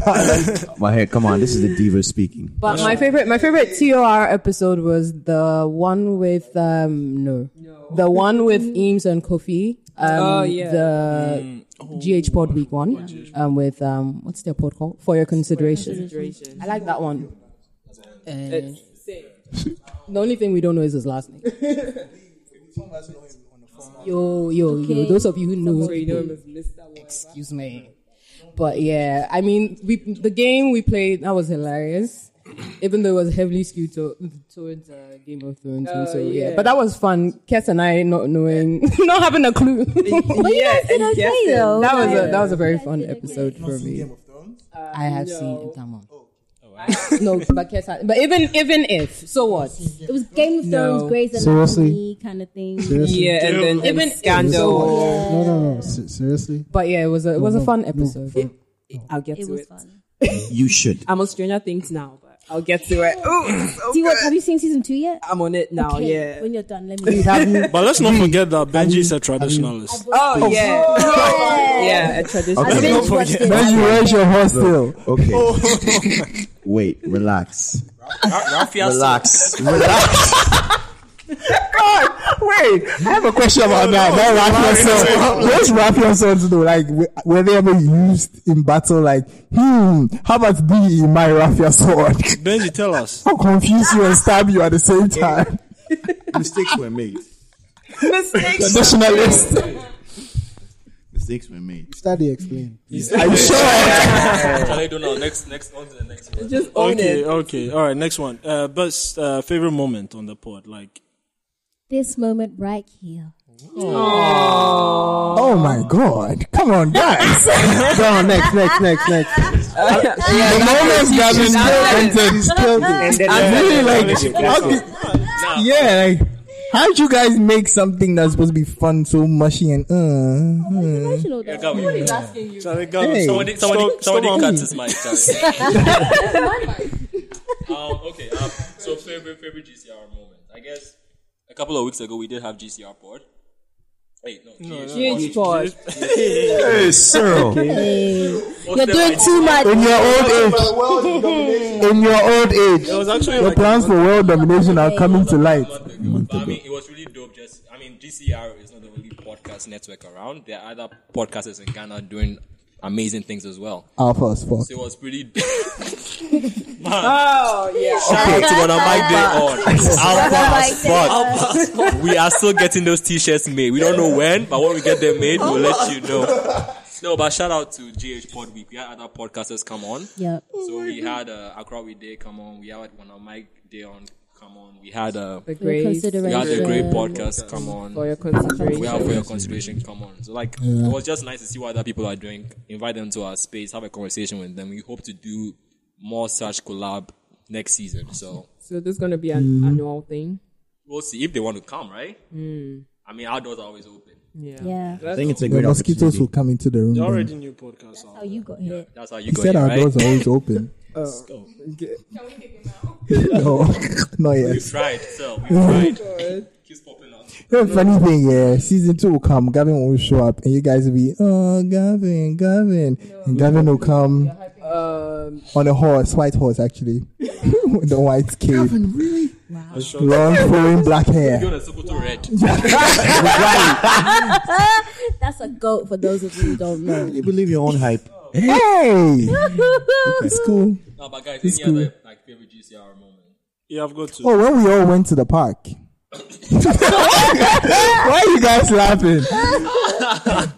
Speaker 9: but hey, come on, this is the diva speaking.
Speaker 11: But my favorite, my favorite TOR episode was the one with um no, the one with Eames and Kofi. Um,
Speaker 7: Oh, yeah.
Speaker 11: the GH Oh. Pod Week one um, with um what's their pod called for your consideration.
Speaker 7: consideration.
Speaker 11: I like that one. Eh,
Speaker 7: Same.
Speaker 11: the only thing we don't know is his last name. Yo, yo, yo!
Speaker 7: Okay.
Speaker 11: Those of you who know,
Speaker 7: So you know him as
Speaker 11: excuse me. But yeah, I mean, we the game we played that was hilarious, even though it was heavily skewed to, towards uh, Game of Thrones. and
Speaker 7: Oh,
Speaker 11: so yeah.
Speaker 7: yeah.
Speaker 11: but that was fun. Kes and I not knowing, not having a clue. but you
Speaker 7: Yeah, did and okay, guessing. though.
Speaker 11: That was a
Speaker 7: Yeah.
Speaker 11: that was a very fun episode for me. I have seen Game of Thrones. Oh, no, but Kes, had- but even even if so what?
Speaker 5: It was Game of
Speaker 11: No.
Speaker 5: Thrones, Grey's Anatomy
Speaker 11: Seriously?
Speaker 5: kind of thing.
Speaker 11: Seriously? Yeah, and then- and Even- Scandal.
Speaker 5: Yeah.
Speaker 8: No, no, no. se- Seriously?
Speaker 11: But yeah, it was a it was a
Speaker 8: No,
Speaker 11: fun
Speaker 8: no,
Speaker 11: episode. Oh.
Speaker 7: I'll get to it.
Speaker 9: You should.
Speaker 7: I'm on Stranger Things now, but I'll get to it. Ooh,
Speaker 5: Do you want, have you seen season two yet?
Speaker 7: I'm on it now.
Speaker 5: Okay,
Speaker 7: Yeah.
Speaker 5: When you're done, let me.
Speaker 4: but let's not forget that Benji is a traditionalist.
Speaker 7: Oh yeah.
Speaker 5: Oh, Yeah.
Speaker 7: yeah. A tradition.
Speaker 9: Okay.
Speaker 7: Okay.
Speaker 9: Don't forget.
Speaker 10: When you raise your horse still.
Speaker 9: Okay. Wait, relax. Relax. Relax.
Speaker 10: God, wait. I have a question about that. Don't wrap yourself. Just wrap yourself though. Like, w- were they ever used in battle? Like, hmm, how about be in my rapier sword?
Speaker 4: Benji, tell us.
Speaker 10: I'll confuse you and stab you at the same time.
Speaker 9: Mistakes were made.
Speaker 7: Mistakes.
Speaker 10: Traditionalist.
Speaker 9: Mistakes were made.
Speaker 8: Study explain.
Speaker 10: Are you
Speaker 3: Shall I do now? Next, next, on to the next one.
Speaker 4: okay, okay, all right. Next one. Uh, best uh, favorite moment on the pod, like
Speaker 5: This moment right here.
Speaker 10: Oh my god. Come on, guys.
Speaker 8: Go on, next, next, next, next.
Speaker 10: the moment Gavin
Speaker 8: He's killed it.
Speaker 10: I'm really like, how did- yeah, like, how'd you guys make something that's supposed to be fun so mushy and uh, uh?
Speaker 5: Emotional though.
Speaker 3: Gavin. What is
Speaker 11: asking you?
Speaker 4: Charlie, go.
Speaker 10: Hey.
Speaker 3: Somebody, somebody,
Speaker 4: Stop-
Speaker 3: somebody
Speaker 4: stop.
Speaker 3: cut his mic. Charlie. um, okay. Um, so favorite, favorite GCR moment. I guess a couple of weeks ago we did have GCR pod. Wait, no.
Speaker 7: GH pod.
Speaker 9: Hey, Cyril.
Speaker 3: What's
Speaker 5: You're
Speaker 3: the
Speaker 5: doing
Speaker 3: right-
Speaker 5: too much.
Speaker 10: in your old age, in your old age,
Speaker 4: It was actually
Speaker 10: your
Speaker 4: like
Speaker 10: plans for world domination are coming to light.
Speaker 3: But I mean, it was really dope. Just, I mean, GCR is not the only podcast network around. There are other podcasters in Ghana doing amazing things as well.
Speaker 10: Alpha as fuck.
Speaker 3: So it was pretty. dope.
Speaker 7: Oh yeah.
Speaker 3: Shout out to what I might be on. Alpha as fuck.
Speaker 5: Alpha
Speaker 3: we are still getting those t-shirts made. We don't know when, but when we get them made, we'll let you know. No, but shout out to GH Pod Week. We had other podcasters come on.
Speaker 5: Yep.
Speaker 7: Oh
Speaker 3: So we had uh, Accra We Day come on. We had one on Mike Day on come on. We had uh,
Speaker 7: The
Speaker 5: Your
Speaker 7: grace.
Speaker 3: we had a great
Speaker 5: consideration.
Speaker 3: podcast come on.
Speaker 7: For your consideration.
Speaker 3: We have for your consideration come on. So like it was just nice to see what other people are doing. Invite them to our space, have a conversation with them. We hope to do more such collab next season. So
Speaker 7: So this is gonna be an annual thing.
Speaker 3: we'll see if they want to come, right? I mean our doors are always open.
Speaker 7: Hmm. Yeah.
Speaker 5: Yeah.
Speaker 9: I think it's a
Speaker 10: The
Speaker 9: great
Speaker 10: mosquitoes
Speaker 9: opportunity.
Speaker 10: will come into the room.
Speaker 4: they
Speaker 10: then.
Speaker 4: already knew podcasts.
Speaker 5: How you got hit?
Speaker 3: That's how you
Speaker 10: He
Speaker 3: go.
Speaker 10: said
Speaker 3: in,
Speaker 10: our
Speaker 3: right?
Speaker 10: doors are always open. no, not yet.
Speaker 3: We've tried, so we've tried. Keeps popping up.
Speaker 10: The Uh, funny thing, yeah, season two will come. Gavin will show up, and you guys will be, oh, Gavin, Gavin, and Gavin will come
Speaker 7: Um,
Speaker 10: on a horse, white horse actually, with the white cape,
Speaker 7: really?
Speaker 10: long flowing black hair.
Speaker 5: That's a goat for those of you who don't know.
Speaker 9: You believe your own hype.
Speaker 10: Hey, it's cool.
Speaker 3: No, but guys,
Speaker 10: It's
Speaker 3: any
Speaker 10: cool.
Speaker 3: other like favorite GCR moment?
Speaker 4: Yeah, I've got two.
Speaker 10: Oh, when we all went to the park. Why are you guys laughing?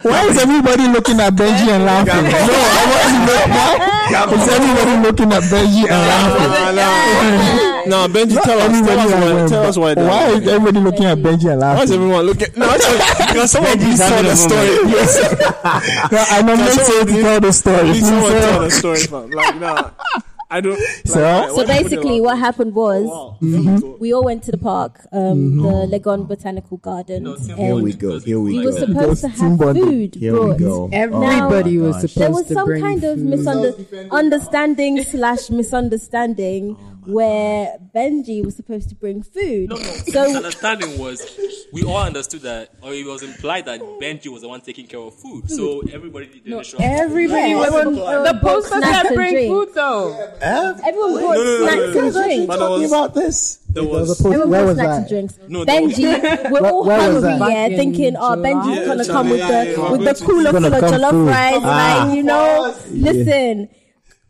Speaker 10: Why is everybody looking at Benji and laughing? No, I wasn't looking. Is everybody looking at Benji and laughing?
Speaker 4: No, Benji,
Speaker 10: Not
Speaker 4: tell us, tell
Speaker 10: everybody
Speaker 4: us
Speaker 10: are
Speaker 4: why,
Speaker 10: wearing
Speaker 4: tell us why.
Speaker 10: black. Why is everybody looking at Benji and
Speaker 4: Why is
Speaker 10: laughing?
Speaker 4: everyone looking? No, actually, because someone please tell the story. Yes.
Speaker 10: No, I nominate you to tell the story.
Speaker 4: Please someone
Speaker 10: Please,
Speaker 4: tell
Speaker 10: uh,
Speaker 4: the story, fam. Like, nah, I don't. Like,
Speaker 10: So?
Speaker 4: why- why
Speaker 5: So
Speaker 4: people
Speaker 5: basically,
Speaker 4: don't
Speaker 5: what happened
Speaker 9: Oh,
Speaker 5: was
Speaker 10: Mhm.
Speaker 5: we all went to the park, um,
Speaker 10: Mm-hmm.
Speaker 5: the Legon Botanical Gardens.
Speaker 9: Here
Speaker 5: and
Speaker 9: we go. Here we
Speaker 5: we
Speaker 9: go.
Speaker 5: were supposed to have food
Speaker 9: Here we
Speaker 5: brought.
Speaker 9: go. Oh
Speaker 7: Everybody
Speaker 5: Now,
Speaker 7: was supposed
Speaker 5: Oh, There was
Speaker 7: to
Speaker 5: some
Speaker 7: bring
Speaker 5: kind of
Speaker 7: food.
Speaker 5: misunderstanding slash misunderstanding where Benji was supposed to bring food.
Speaker 3: The
Speaker 5: So
Speaker 3: misunderstanding was we all understood that, or it was implied that Benji was the one taking care of food. So everybody did the initial.
Speaker 5: everybody was
Speaker 3: Everyone-
Speaker 11: the poster said bring food though.
Speaker 5: Everyone brought
Speaker 3: No, no, no, no,
Speaker 5: snacks
Speaker 3: no,
Speaker 5: and
Speaker 3: no, no,
Speaker 5: drinks.
Speaker 3: no, no, no, no,
Speaker 10: about this?
Speaker 4: There was.
Speaker 10: post-
Speaker 5: Everyone
Speaker 10: where
Speaker 5: brought
Speaker 10: was
Speaker 5: snacks
Speaker 10: that?
Speaker 5: and drinks.
Speaker 4: No, there was-
Speaker 5: Benji, we're
Speaker 10: Where-
Speaker 5: all
Speaker 10: where was
Speaker 5: hungry, yeah,
Speaker 10: that?
Speaker 7: Back in
Speaker 5: thinking, oh, Benji's
Speaker 4: Yeah,
Speaker 5: gonna
Speaker 4: Charlie,
Speaker 5: come with
Speaker 4: yeah, yeah,
Speaker 5: the
Speaker 4: we're
Speaker 5: with
Speaker 4: going
Speaker 5: the
Speaker 4: to-
Speaker 5: cooler
Speaker 10: Gonna
Speaker 5: full of
Speaker 10: come
Speaker 5: jollof
Speaker 10: through.
Speaker 5: rice,
Speaker 10: Ah.
Speaker 5: like you know. Listen,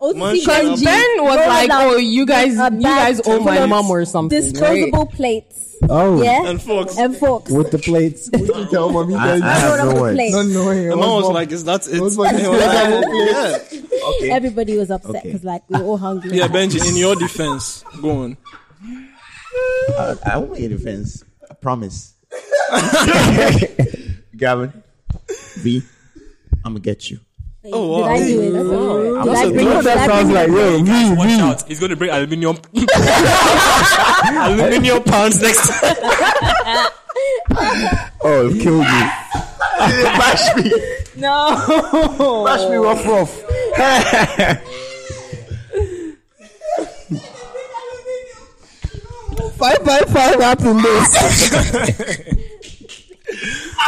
Speaker 4: Munch
Speaker 5: OC
Speaker 4: it up.
Speaker 5: Benji
Speaker 7: Ben was
Speaker 5: rolled
Speaker 7: like,
Speaker 5: out
Speaker 7: "Oh, you guys,
Speaker 5: a
Speaker 7: you
Speaker 5: bag
Speaker 7: guys owe
Speaker 5: full
Speaker 7: my
Speaker 5: of
Speaker 7: mom or something."
Speaker 5: disposable plates,
Speaker 10: Oh,
Speaker 5: yeah,
Speaker 4: And folks,
Speaker 5: and forks.
Speaker 10: with the plates. Tell mommy
Speaker 9: I, I
Speaker 10: Benji.
Speaker 9: have
Speaker 5: Everyone
Speaker 9: no
Speaker 5: on the
Speaker 9: words.
Speaker 5: plate.
Speaker 10: Not knowing it
Speaker 4: The
Speaker 10: was
Speaker 4: man was
Speaker 10: not-
Speaker 4: like, "Is that it?"
Speaker 10: was like-
Speaker 4: And he was like, yeah.
Speaker 9: Okay.
Speaker 5: Everybody was upset
Speaker 9: Okay.
Speaker 5: because like we were all hungry.
Speaker 4: yeah, Benji, in your defense, go on.
Speaker 9: I, I won't make a defense. I promise. Gavin, B, I'm gonna get you.
Speaker 4: Oh,
Speaker 5: Did
Speaker 4: wow.
Speaker 5: I do it? Did
Speaker 9: That's
Speaker 5: I
Speaker 9: a-
Speaker 5: bring
Speaker 10: You know
Speaker 5: it? Did
Speaker 10: that
Speaker 5: I
Speaker 10: sounds
Speaker 5: bring
Speaker 10: like
Speaker 5: it?
Speaker 10: yo me
Speaker 3: Watch
Speaker 10: me.
Speaker 3: out! He's going to bring aluminium, aluminium pounds next time.
Speaker 9: Oh, it'll kill you. Bash me. No. Bash me rough rough.
Speaker 10: Five by five happened this.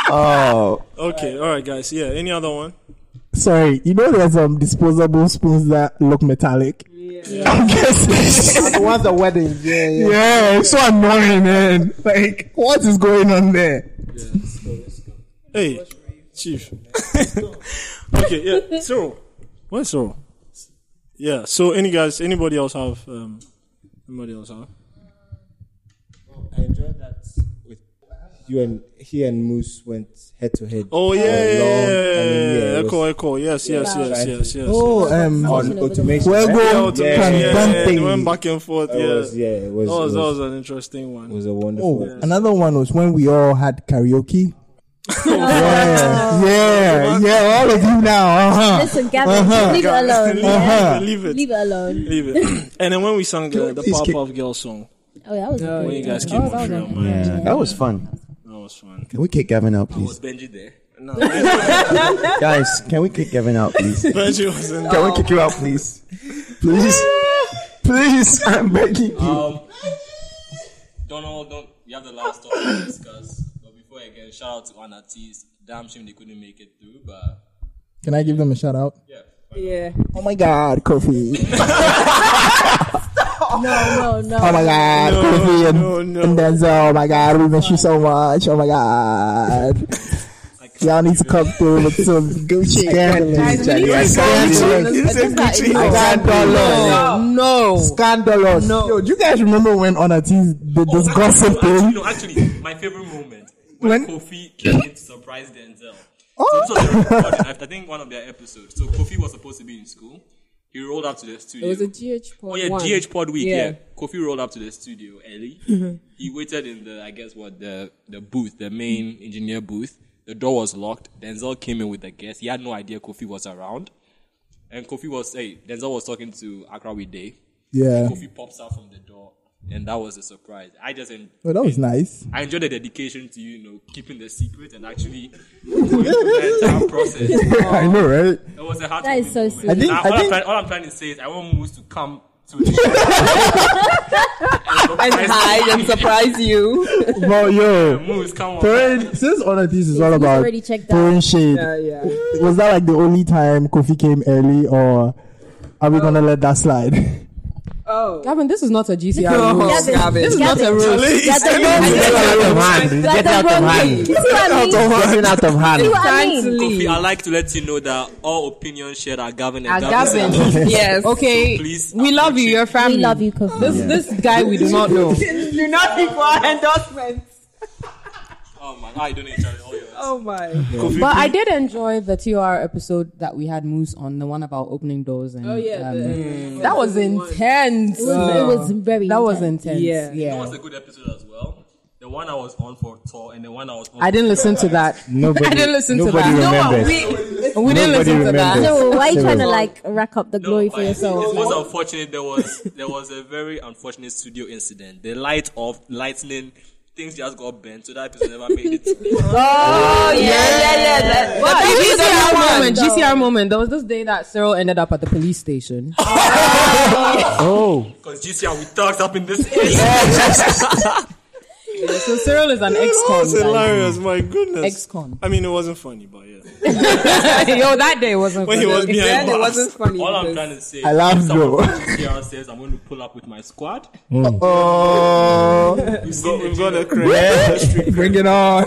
Speaker 9: Oh.
Speaker 4: Okay, all right, guys. Yeah, any other one?
Speaker 10: Sorry, you know there's um disposable spoons that look metallic. I'm guessing.
Speaker 8: The ones at weddings, yeah, yeah.
Speaker 10: yeah, it's so annoying, man. Like, what is going on there?
Speaker 4: Hey, Chief. okay, yeah, Cyril. Where's Cyril? Yeah. So, any guys? Anybody else have? Um, anybody else have?
Speaker 6: I enjoyed that with you and he and Moose went head to head.
Speaker 4: Oh yeah,
Speaker 6: for
Speaker 4: yeah,
Speaker 6: long,
Speaker 4: yeah,
Speaker 6: and then, yeah,
Speaker 4: yeah,
Speaker 6: it
Speaker 4: echo,
Speaker 6: was
Speaker 4: echo. Yes, yes,
Speaker 5: Yeah.
Speaker 4: yes, yes, yes.
Speaker 10: Oh, um,
Speaker 6: on automation.
Speaker 10: Well,
Speaker 6: right?
Speaker 10: go-
Speaker 4: yeah,
Speaker 6: yeah,
Speaker 4: automation, yeah, yeah, yeah. They
Speaker 10: Conducting.
Speaker 4: went back and forth.
Speaker 6: It
Speaker 4: Yeah,
Speaker 6: was, yeah, it was,
Speaker 4: that was
Speaker 6: it
Speaker 4: that was
Speaker 6: was,
Speaker 4: an interesting one.
Speaker 6: it was a
Speaker 10: Oh,
Speaker 6: wonderful.
Speaker 10: another one was when we all had karaoke. yeah, yeah, yeah, all of you now. Uh huh.
Speaker 5: Listen, Gavin, leave it alone.
Speaker 4: Leave,
Speaker 10: Uh-huh.
Speaker 5: yeah?
Speaker 4: it, leave it,
Speaker 5: Leave it alone.
Speaker 4: leave it. and then when we sang uh, the
Speaker 10: Please
Speaker 4: Powerpuff
Speaker 10: keep-
Speaker 4: Girls Girl song,
Speaker 5: Oh, yeah, that was
Speaker 4: when
Speaker 5: good.
Speaker 4: you guys came on Trail Mind,
Speaker 9: Yeah, that was fun.
Speaker 4: that was fun.
Speaker 9: Can we kick Gavin out,
Speaker 3: Was
Speaker 9: please?
Speaker 3: Benji there?
Speaker 10: Uh-huh.
Speaker 9: Guys, can we kick Gavin out, please?
Speaker 4: Benji was in.
Speaker 9: Can we kick you out, please? Please. Please, I'm begging you.
Speaker 3: Um, Donald, don't you have the last topic to discuss? But before again, shout out to Anatis. Damn shame they couldn't make it through, but
Speaker 10: Can I give them a shout out?
Speaker 3: yeah.
Speaker 7: Yeah.
Speaker 10: Oh my God, Kofi!
Speaker 5: No, no, no.
Speaker 10: Oh my God,
Speaker 4: No,
Speaker 10: Kofi and,
Speaker 4: no, no.
Speaker 10: and Denzel! Oh my God, we miss you so much! Oh my God, y'all need to come through with some Gucci
Speaker 7: Guys, we need to
Speaker 10: scandalous,
Speaker 7: go
Speaker 10: scandalous,
Speaker 7: into this- this is not-
Speaker 10: scandalous,
Speaker 7: No.
Speaker 10: scandalous. Yo, do you guys remember when Onatis did this
Speaker 7: Oh,
Speaker 10: gossip
Speaker 3: actually,
Speaker 10: thing?
Speaker 3: no, actually, my favorite moment when,
Speaker 10: When-
Speaker 3: Kofi came in to surprise Denzel.
Speaker 7: Oh.
Speaker 3: So this was a recording, I I think one of their episodes. So Kofi was supposed to be in school. He rolled up to the
Speaker 7: It
Speaker 3: studio.
Speaker 7: was a GH pod.
Speaker 3: Oh yeah,
Speaker 7: one.
Speaker 3: GH Pod Week. Yeah.
Speaker 7: Yeah. Mm-hmm.
Speaker 3: Kofi rolled up to the studio early. he waited in the, I guess what the the booth, the main engineer booth. The door was locked. Denzel came in with the guest. He had no idea Kofi was around, and Kofi was hey, Denzel was talking to Akrawi Day.
Speaker 10: Yeah,
Speaker 3: Kofi pops out from the door, and that was a surprise. I just en-
Speaker 10: well, that was nice.
Speaker 3: I enjoyed the dedication to you know keeping the secret and actually going through the entire process.
Speaker 10: I know, right?
Speaker 3: It was a hard
Speaker 5: That is so
Speaker 3: moment.
Speaker 5: sweet. I
Speaker 10: think-
Speaker 3: Now,
Speaker 10: I
Speaker 3: all,
Speaker 10: think-
Speaker 3: I'm trying, all I'm trying to say is I want Moose to come
Speaker 15: and hide and surprise you.
Speaker 10: But yo,
Speaker 3: moves, come on.
Speaker 10: throwing, since all of this is
Speaker 5: Yeah,
Speaker 10: all
Speaker 5: we've
Speaker 10: about
Speaker 5: already checked that.
Speaker 10: throwing shade,
Speaker 5: Yeah, yeah.
Speaker 10: was that like the only time Kofi came early, or are we gonna let that slide?
Speaker 7: Oh,
Speaker 11: Gavin, this is not a GCR
Speaker 10: No,
Speaker 11: rule.
Speaker 10: Gavin,
Speaker 11: this is not a
Speaker 10: Gavin.
Speaker 11: rule.
Speaker 10: Charlie,
Speaker 11: That's
Speaker 10: stand
Speaker 11: a-
Speaker 10: up.
Speaker 11: I think-
Speaker 10: Get out of hand.
Speaker 11: That's
Speaker 10: Get
Speaker 11: a
Speaker 10: out of
Speaker 11: wrong
Speaker 10: hand.
Speaker 11: thing.
Speaker 10: You see what I
Speaker 11: Get
Speaker 10: mean? Getting out of hand.
Speaker 11: You
Speaker 10: It's
Speaker 11: time to
Speaker 3: Kofi,
Speaker 11: leave.
Speaker 3: I like to let you know that all opinions shared are Gavin and
Speaker 11: Are
Speaker 3: Gavin's
Speaker 11: Gavin.
Speaker 3: alone.
Speaker 11: Yes.
Speaker 3: So
Speaker 11: Okay.
Speaker 3: please,
Speaker 11: We love you, your family. We love you, Kofi. This, this guy we do not know.
Speaker 15: do not be for our endorsements.
Speaker 3: oh my, I don't need to tell you.
Speaker 15: Oh my.
Speaker 3: Kofi,
Speaker 11: But I
Speaker 3: please-
Speaker 11: did enjoy the TR episode that we had Moose on, the one about opening doors. And, um,
Speaker 7: Oh, yeah, the- Mm.
Speaker 11: that was intense.
Speaker 5: It was- it was very
Speaker 11: That was
Speaker 5: intense.
Speaker 11: intense. Yeah.
Speaker 3: That was a good episode as well. The one I was on for tour and the one I was on
Speaker 11: I didn't
Speaker 3: for-
Speaker 11: listen to that.
Speaker 3: Nobody-
Speaker 11: I didn't listen to
Speaker 3: nobody
Speaker 11: that.
Speaker 3: remembers.
Speaker 11: No, we, we didn't listen to that.
Speaker 5: No, why are you trying to like rack up the glory for yourself?
Speaker 3: It was unfortunate. There was there was a very unfortunate studio incident. The light of lightning, things just got bent, so that episode never made it.
Speaker 11: Oh, yeah, yeah, yeah. That,
Speaker 15: Well,
Speaker 11: that
Speaker 15: that was
Speaker 11: GCR
Speaker 15: the one,
Speaker 11: moment.
Speaker 15: though.
Speaker 11: GCR moment. There was this day that Cyril ended up at the police station.
Speaker 3: Oh, because GCR we thugs up in this.
Speaker 11: so Cyril is an
Speaker 4: That
Speaker 11: ex-con.
Speaker 4: was
Speaker 11: guys.
Speaker 4: hilarious. My goodness.
Speaker 11: Ex-con.
Speaker 4: I mean, it wasn't funny, but yeah.
Speaker 11: Yo, that day wasn't
Speaker 4: When he
Speaker 11: funny.
Speaker 4: was behind
Speaker 11: That day
Speaker 4: bars.
Speaker 11: wasn't funny
Speaker 3: All I'm
Speaker 11: because-
Speaker 3: trying to say,
Speaker 11: I laughed,
Speaker 3: if someone
Speaker 11: bro.
Speaker 3: from GCR says I'm going to pull up with my squad.
Speaker 4: Hmm.
Speaker 10: Oh,
Speaker 3: we've got, we've got a
Speaker 10: bring it on.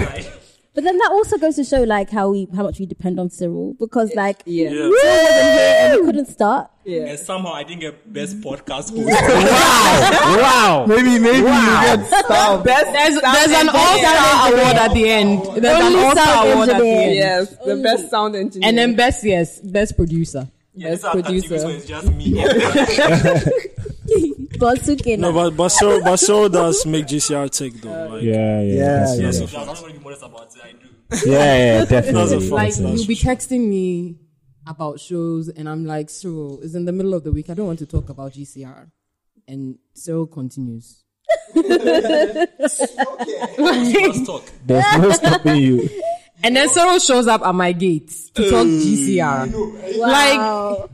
Speaker 5: But then that also goes to show like how we how much we depend on Cyril because like
Speaker 3: Yeah.
Speaker 5: Cyril wasn't here and we couldn't start.
Speaker 3: And somehow I didn't get best
Speaker 11: Mm-hmm.
Speaker 3: podcast host.
Speaker 10: wow. Maybe, maybe you get stuff.
Speaker 11: There's, there's an
Speaker 15: engineer.
Speaker 11: all-star award at the end. There's
Speaker 15: Only
Speaker 11: an all-star
Speaker 15: sound
Speaker 11: award at the
Speaker 15: engineer.
Speaker 11: end.
Speaker 15: Yes, the Only. best sound engineer.
Speaker 11: And then best, yes, best producer.
Speaker 3: These
Speaker 11: best
Speaker 3: are categories
Speaker 11: producer.
Speaker 3: where it's just me.
Speaker 5: Bosuke.
Speaker 4: No, but but so but so does make GCR tick though. Like,
Speaker 6: Yeah, yeah, Yeah, that's yeah. right.
Speaker 4: so
Speaker 3: I'm not going to be modest about it. I do.
Speaker 6: Yeah, yeah,
Speaker 4: That's a
Speaker 6: definitely.
Speaker 4: fact.
Speaker 11: Like
Speaker 6: That's
Speaker 11: you'll be texting me about shows, and I'm like, Cyril, it's in the middle of the week. I don't want to talk about GCR. And Cyril continues.
Speaker 3: Let's talk.
Speaker 6: There's no stopping you.
Speaker 11: And then Cyril shows up at my gate to talk GCR.
Speaker 5: Wow.
Speaker 11: Like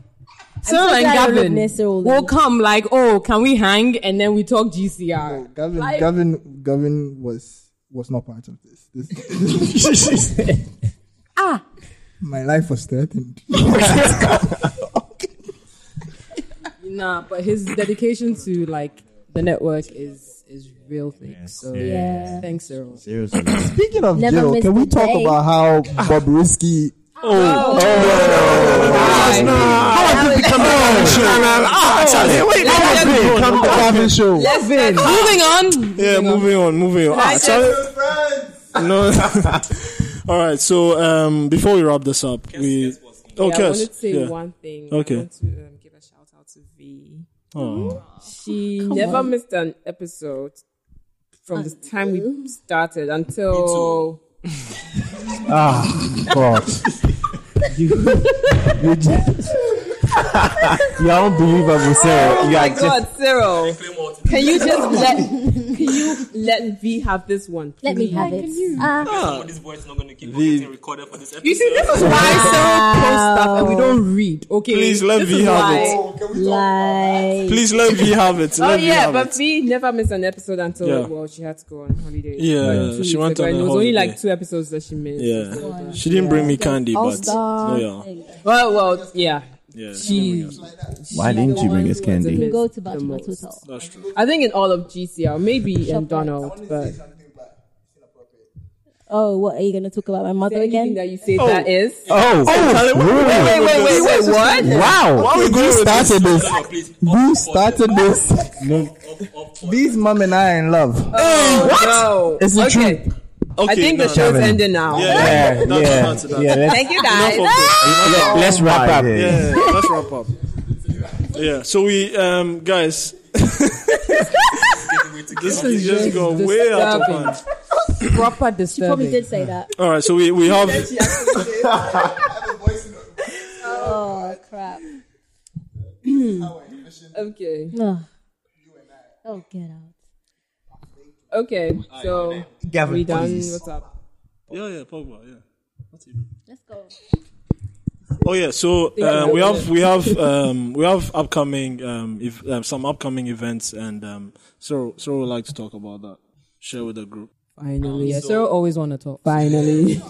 Speaker 11: Cyril
Speaker 5: so
Speaker 11: and
Speaker 5: glad I don't
Speaker 11: Gavin
Speaker 5: miss Cyril
Speaker 11: will come like, oh, can we hang? And then we talk GCR.
Speaker 10: Gavin,
Speaker 11: Like-
Speaker 10: Gavin, Gavin was was not part of this. this
Speaker 11: Ah.
Speaker 10: My life was threatened.
Speaker 11: Nah, but his dedication to like the network is is real thing. So
Speaker 10: Yeah. Yeah.
Speaker 11: thanks, Cyril.
Speaker 9: Seriously.
Speaker 10: Speaking of
Speaker 11: Never
Speaker 10: jail,
Speaker 11: miss
Speaker 10: can
Speaker 11: a
Speaker 10: we talk
Speaker 11: day.
Speaker 10: about how Bob Risky? Oh,
Speaker 11: Oh.
Speaker 10: how has it become a Gavin show?
Speaker 4: Ah, Charlie, wait,
Speaker 10: How has
Speaker 4: let
Speaker 10: it
Speaker 4: him
Speaker 10: become
Speaker 4: go.
Speaker 10: the Gavin show?
Speaker 4: Let's
Speaker 11: Moving on.
Speaker 4: Yeah, moving on, moving on. Ah,
Speaker 11: Like,
Speaker 4: Charlie, no. All right. So um, before we wrap this up, we
Speaker 7: Yeah,
Speaker 4: oh,
Speaker 7: I
Speaker 4: Kes,
Speaker 7: wanted to say
Speaker 4: yeah.
Speaker 7: one thing. I
Speaker 4: Okay.
Speaker 7: want to um, give a shout out to V.
Speaker 4: Oh.
Speaker 7: She
Speaker 11: Come
Speaker 7: never
Speaker 11: on.
Speaker 7: missed an episode from the time we started
Speaker 11: until.
Speaker 10: Ah, God. you, you just, you're unbelievable, sir.
Speaker 7: Oh
Speaker 10: you
Speaker 7: my
Speaker 10: are
Speaker 7: God, Cyril! Can you just let can you let V have this one?
Speaker 5: Let me
Speaker 7: please?
Speaker 5: have it. Ah.
Speaker 3: Somebody's voice is not going to keep on getting recorded for this episode.
Speaker 11: You see, this is why Cyril posts stuff and we don't read. Okay,
Speaker 4: Please let
Speaker 11: This
Speaker 4: V
Speaker 11: is
Speaker 4: have
Speaker 11: why.
Speaker 4: it.
Speaker 5: Like,
Speaker 4: Please let me have it.
Speaker 7: Oh
Speaker 4: Let me
Speaker 7: yeah,
Speaker 4: have
Speaker 7: but
Speaker 4: it.
Speaker 7: V never missed an episode until
Speaker 4: Yeah.
Speaker 7: well she had to go on holiday.
Speaker 4: Yeah,
Speaker 7: like, two
Speaker 4: she
Speaker 7: weeks
Speaker 4: went
Speaker 7: ago,
Speaker 4: on
Speaker 7: and
Speaker 4: a
Speaker 7: It was only
Speaker 4: holiday.
Speaker 7: like two episodes that she missed.
Speaker 4: Yeah, she didn't bring me candy, but
Speaker 7: All-star.
Speaker 4: oh yeah.
Speaker 7: Well, well, yeah.
Speaker 4: Yeah.
Speaker 7: She,
Speaker 9: Why didn't you bring us
Speaker 7: the
Speaker 9: candy?
Speaker 7: missed
Speaker 5: go to
Speaker 7: the
Speaker 5: Batu Batu
Speaker 7: most.
Speaker 5: Hotel.
Speaker 4: That's true.
Speaker 7: I think in all of GCL, maybe in Donald, but
Speaker 5: Oh, what are you gonna talk about my mother again?
Speaker 7: that you say that is.
Speaker 10: Oh,
Speaker 7: Charlie, wait,
Speaker 10: really?
Speaker 7: wait, wait, wait, wait, wait, what?
Speaker 10: Wow,
Speaker 7: Why are we going
Speaker 10: who
Speaker 7: with
Speaker 10: started
Speaker 7: this?
Speaker 10: this? Who started this? These mom and I are in love.
Speaker 7: Oh, no.
Speaker 10: It's the
Speaker 7: Okay.
Speaker 10: truth.
Speaker 7: I think the show's
Speaker 10: Gavin.
Speaker 7: ending now.
Speaker 10: Yeah, yeah, yeah. let's-
Speaker 7: Thank you guys.
Speaker 4: Enough of this.
Speaker 10: Let- let's wrap up.
Speaker 4: Yeah, let's wrap up. Yeah, so we, um, guys, this thing just got way out of hand.
Speaker 11: Proper
Speaker 5: She probably
Speaker 11: disturbing.
Speaker 5: did say that.
Speaker 4: All right, so we, we have
Speaker 5: Oh crap.
Speaker 7: okay.
Speaker 5: Ugh. Oh, get out.
Speaker 7: Okay. So
Speaker 4: Gavin,
Speaker 7: we done.
Speaker 4: please.
Speaker 7: What's up?
Speaker 4: yeah yeah Pogba yeah. Let's
Speaker 5: go.
Speaker 4: Oh yeah, so
Speaker 3: Thank
Speaker 4: uh,
Speaker 3: you.
Speaker 4: we have we have um, we have upcoming um, if, um, some upcoming events, and um, so so would like to talk about that. Share with the group.
Speaker 7: Finally.
Speaker 11: Yeah, Cyril always want to talk.
Speaker 7: Finally.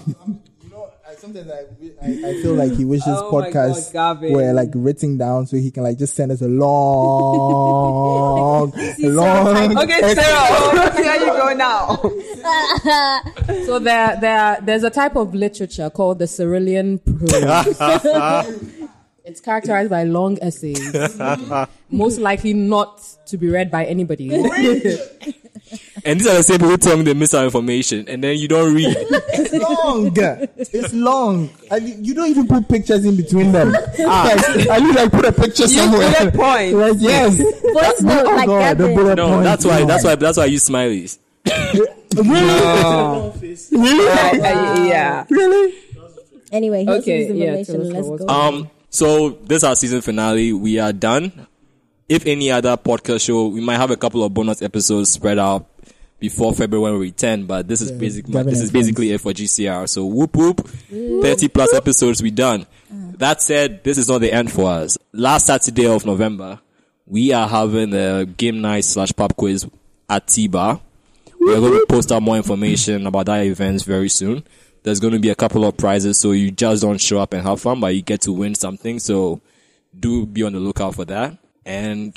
Speaker 10: Sometimes I, I, I feel like he wishes
Speaker 15: Oh my God,
Speaker 10: podcasts
Speaker 15: Gavin.
Speaker 10: were like written down so he can like just send us a long, long.
Speaker 15: Okay, Sarah, here you go now.
Speaker 11: So there, there, there's a type of literature called the Cyrillian prose. it's characterized by long essays, most likely not to be read by anybody.
Speaker 3: And these are the same people who tell me they miss our information, and then you don't read.
Speaker 10: It's long. It's long. And you- you don't even put pictures in between them. Like, I need like put a picture somewhere.
Speaker 15: Ah. bullet points.
Speaker 10: Like, yes. oh,
Speaker 5: Voice note, like
Speaker 10: the
Speaker 5: Gavin.
Speaker 10: bullet
Speaker 3: No,
Speaker 10: points.
Speaker 3: that's why. That's why. That's why I use smileys.
Speaker 10: No.
Speaker 5: Oh,
Speaker 15: Really? Uh, yeah.
Speaker 10: Really?
Speaker 5: Anyway, here's
Speaker 15: Okay,
Speaker 5: his
Speaker 15: yeah,
Speaker 5: information. Let's go.
Speaker 4: Uh,
Speaker 3: Um. So this is our season finale. We are done. If any other podcast show, we might have a couple of bonus episodes spread out before February when we return. But this is
Speaker 14: Yeah,
Speaker 3: basically
Speaker 14: Gavin
Speaker 3: this
Speaker 14: and
Speaker 3: is basically it for GCR. So whoop whoop, thirty plus episodes we done. That said, this is not the end for us. Last Saturday of November, we are having a game night slash pub quiz at T Bar. We're going to post out more information about that event very soon. There's going to be a couple of prizes, so you just don't show up and have fun, but you get to win something. So do be on the lookout for that. And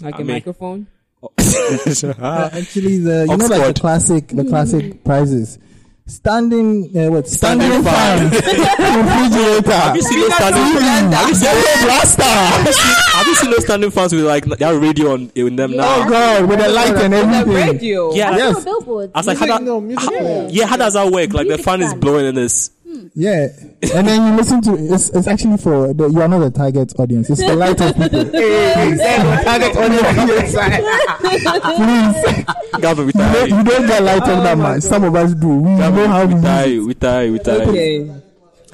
Speaker 7: Like a
Speaker 3: a
Speaker 7: microphone?
Speaker 10: Uh, actually, the you know like
Speaker 3: Oxford.
Speaker 10: the classic, the classic prizes. Standing, uh, what? Standing, fans. Refrigerator.
Speaker 3: Have you seen those standing fans? Have you seen those blaster? Have you seen- have you seen those standing fans with like that radio on in them now?
Speaker 10: Oh God, with the light and everything.
Speaker 15: radio.
Speaker 3: Yeah,
Speaker 10: Yes.
Speaker 5: Oh, billboard.
Speaker 3: I was like, how that,
Speaker 5: Yeah.
Speaker 3: yeah, how does that work? Like the fan is blowing and it's
Speaker 10: Yeah, and then you listen to it's, it's actually for the, you are not the target audience. It's for light of people.
Speaker 15: target on your side.
Speaker 10: Please,
Speaker 3: Gavin, we
Speaker 10: you,
Speaker 3: die,
Speaker 10: you don't get light on that much. Some of us do. We know how we
Speaker 3: we
Speaker 10: die.
Speaker 3: die, we die, we die.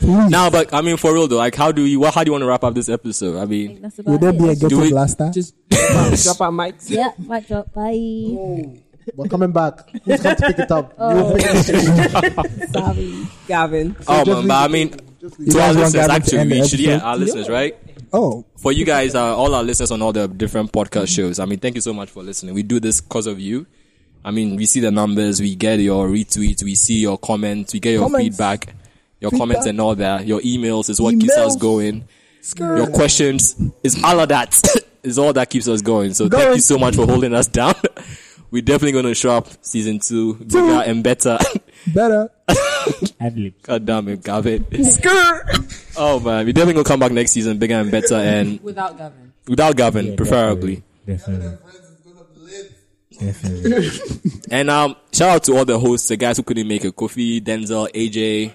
Speaker 3: Now, but I mean, for real though, like, how do you? What, how do you want to wrap up this episode? I mean,
Speaker 10: Would there be a
Speaker 3: Do
Speaker 10: ghetto
Speaker 3: we-
Speaker 10: blaster?
Speaker 15: Drop our mics.
Speaker 5: yeah, mic drop. Bye.
Speaker 4: Oh.
Speaker 8: We're coming back. Who's going to pick it up?
Speaker 5: Oh.
Speaker 8: You'll pick it up.
Speaker 5: Sorry.
Speaker 15: Gavin.
Speaker 3: oh
Speaker 8: just
Speaker 3: man, but I mean,
Speaker 10: You
Speaker 3: to our
Speaker 10: guys want
Speaker 3: listeners,
Speaker 10: Gavin to
Speaker 3: actually,
Speaker 10: end the
Speaker 3: we should, yeah,
Speaker 10: episode?
Speaker 3: our listeners, right?
Speaker 10: Oh,
Speaker 3: For you guys, uh, all our listeners on all the different podcast shows. I mean, thank you so much for listening. We do this because of you. I mean, we see the numbers, we get your retweets, we see your comments, we get your
Speaker 10: Comments.
Speaker 3: feedback, your
Speaker 10: Feedback.
Speaker 3: comments and all that. Your emails is what keeps us
Speaker 10: Emails.
Speaker 3: going. Your questions is all of that is all that keeps us going. So thank you
Speaker 10: Going.
Speaker 3: so much for holding us down. We're definitely going to show up season two, bigger and better.
Speaker 10: better.
Speaker 3: God damn it, Gavin. Oh man, we definitely gonna come back next season bigger and better and
Speaker 11: Without Gavin.
Speaker 3: without Gavin, preferably.
Speaker 6: Definitely.
Speaker 3: And um, shout out to all the hosts, the guys who couldn't make it: Kofi, Denzel, AJ,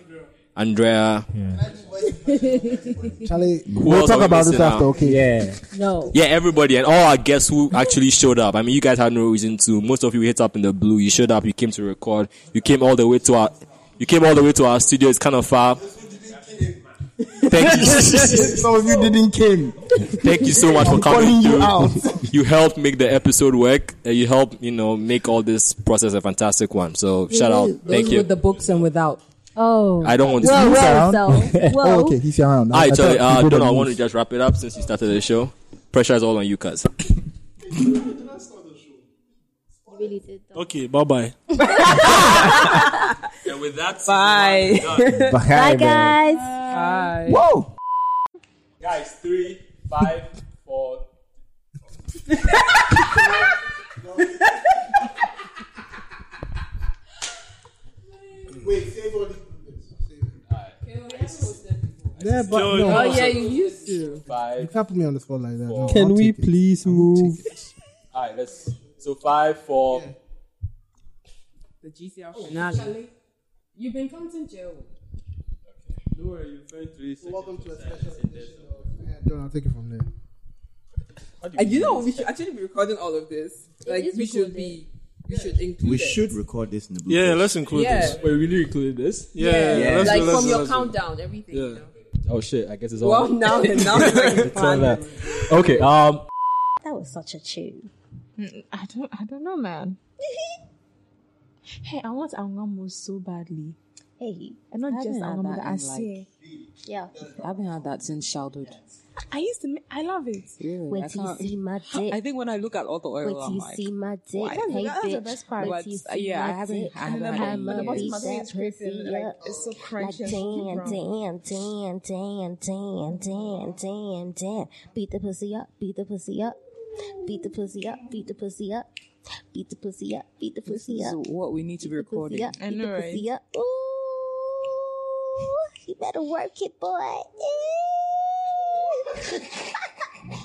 Speaker 3: Andrea.
Speaker 8: Charlie,
Speaker 3: else
Speaker 8: we'll
Speaker 3: are
Speaker 8: talk
Speaker 3: we
Speaker 8: about this
Speaker 3: missing out?
Speaker 8: after, okay?
Speaker 6: Yeah.
Speaker 11: No.
Speaker 3: Yeah, everybody and all our guests who actually showed up. I mean, you guys had no reason to. Most of you hit up in the blue. You showed up. You came to record. You came all the way to our. You came all the way to our studio. It's kind of far. Thank you.
Speaker 10: Some of you didn't came.
Speaker 3: Thank you so much for
Speaker 10: I'm
Speaker 3: coming
Speaker 10: calling you
Speaker 3: through.
Speaker 10: out.
Speaker 3: you helped make the episode work. And you helped, you know, make all this process a fantastic one. So shout out.
Speaker 11: Those
Speaker 3: Thank
Speaker 11: with
Speaker 3: you.
Speaker 11: the books and without.
Speaker 5: Oh.
Speaker 3: I don't want to
Speaker 10: Well,
Speaker 3: speak.
Speaker 10: well,
Speaker 5: So, well,
Speaker 10: Oh, okay, he's around.
Speaker 3: All right, Charlie. Uh,
Speaker 10: thought he did
Speaker 3: Donald, I
Speaker 10: a
Speaker 3: want to
Speaker 10: move.
Speaker 3: just wrap it up since you started the show. Pressure is all on you, cuz.
Speaker 5: you really did.
Speaker 4: Okay, bye bye.
Speaker 3: And with that,
Speaker 15: Bye.
Speaker 5: Bye,
Speaker 10: Bye, man.
Speaker 5: guys.
Speaker 15: Bye.
Speaker 10: Whoa.
Speaker 3: guys, three, five, four.
Speaker 8: Wait, save all these.
Speaker 10: Yeah, but
Speaker 8: Yo,
Speaker 10: no.
Speaker 8: yo.
Speaker 11: Oh yeah, you used to.
Speaker 8: You can't put me on the spot like that. No,
Speaker 6: Can
Speaker 8: I'll
Speaker 6: we
Speaker 8: take it.
Speaker 6: please move?
Speaker 3: All right, let's. So five, four.
Speaker 15: Oh,
Speaker 7: The GCR finale.
Speaker 11: You've been counting jail.
Speaker 1: Don't worry, you find three seconds.
Speaker 8: Welcome to a special edition of. Yeah, Don't, I'll take it from there.
Speaker 15: Uh, you know, we should actually be recording all of this. Like,
Speaker 5: is
Speaker 15: we should be, we should include
Speaker 9: We
Speaker 15: it.
Speaker 9: should record this in the blue.
Speaker 4: Yeah,
Speaker 9: Post.
Speaker 4: let's include
Speaker 15: Yeah.
Speaker 4: this.
Speaker 1: Wait, we really included this?
Speaker 4: Yeah, yeah, yeah. Let's,
Speaker 15: like
Speaker 4: let's,
Speaker 15: from your
Speaker 4: let's-
Speaker 15: countdown, everything.
Speaker 4: Yeah.
Speaker 15: you know.
Speaker 14: Oh shit! I guess it's all.
Speaker 15: Well, now, now it's like
Speaker 14: it's all that. Okay. Um.
Speaker 5: That was such a tune.
Speaker 16: Mm, I don't I don't know, man. hey, I want Angamu so badly.
Speaker 5: Hey,
Speaker 16: And not
Speaker 5: I
Speaker 16: just
Speaker 5: haven't
Speaker 16: Angamu,
Speaker 5: had that
Speaker 16: I
Speaker 5: in, like-
Speaker 16: see.
Speaker 5: Yeah.
Speaker 11: I haven't had that since childhood.
Speaker 7: I used to. ma- I love it.
Speaker 11: Really,
Speaker 5: Wait
Speaker 11: I
Speaker 5: till you
Speaker 11: can't-
Speaker 5: see my dick.
Speaker 11: I think when I look at all the oil,
Speaker 5: Wait till
Speaker 11: I'm
Speaker 5: you
Speaker 11: like,
Speaker 5: see my dick.
Speaker 11: Why?
Speaker 5: Hey,
Speaker 11: That's the
Speaker 5: bitch.
Speaker 11: best part.
Speaker 5: Wait
Speaker 11: But,
Speaker 5: till you
Speaker 11: uh,
Speaker 5: see
Speaker 11: yeah, I
Speaker 5: my
Speaker 11: haven't-
Speaker 5: dick.
Speaker 11: I haven't
Speaker 5: I'ma
Speaker 11: had it. And the
Speaker 5: beat
Speaker 11: bottom of my skin
Speaker 5: that
Speaker 11: is creeping,
Speaker 5: pussy
Speaker 11: like,
Speaker 5: up.
Speaker 11: it's so
Speaker 5: Like
Speaker 11: crunchy and
Speaker 5: damn,
Speaker 11: brown.
Speaker 5: damn, damn, damn, damn, damn, damn, damn. Beat the pussy up. Beat the pussy up. Beat the pussy up. Beat the pussy up. Beat the pussy up. Beat the
Speaker 11: this
Speaker 5: pussy
Speaker 11: is
Speaker 5: up.
Speaker 11: what we need to be recording.
Speaker 5: Pussy up. Beat the pussy up. Ooh, you better work it, boy.
Speaker 3: The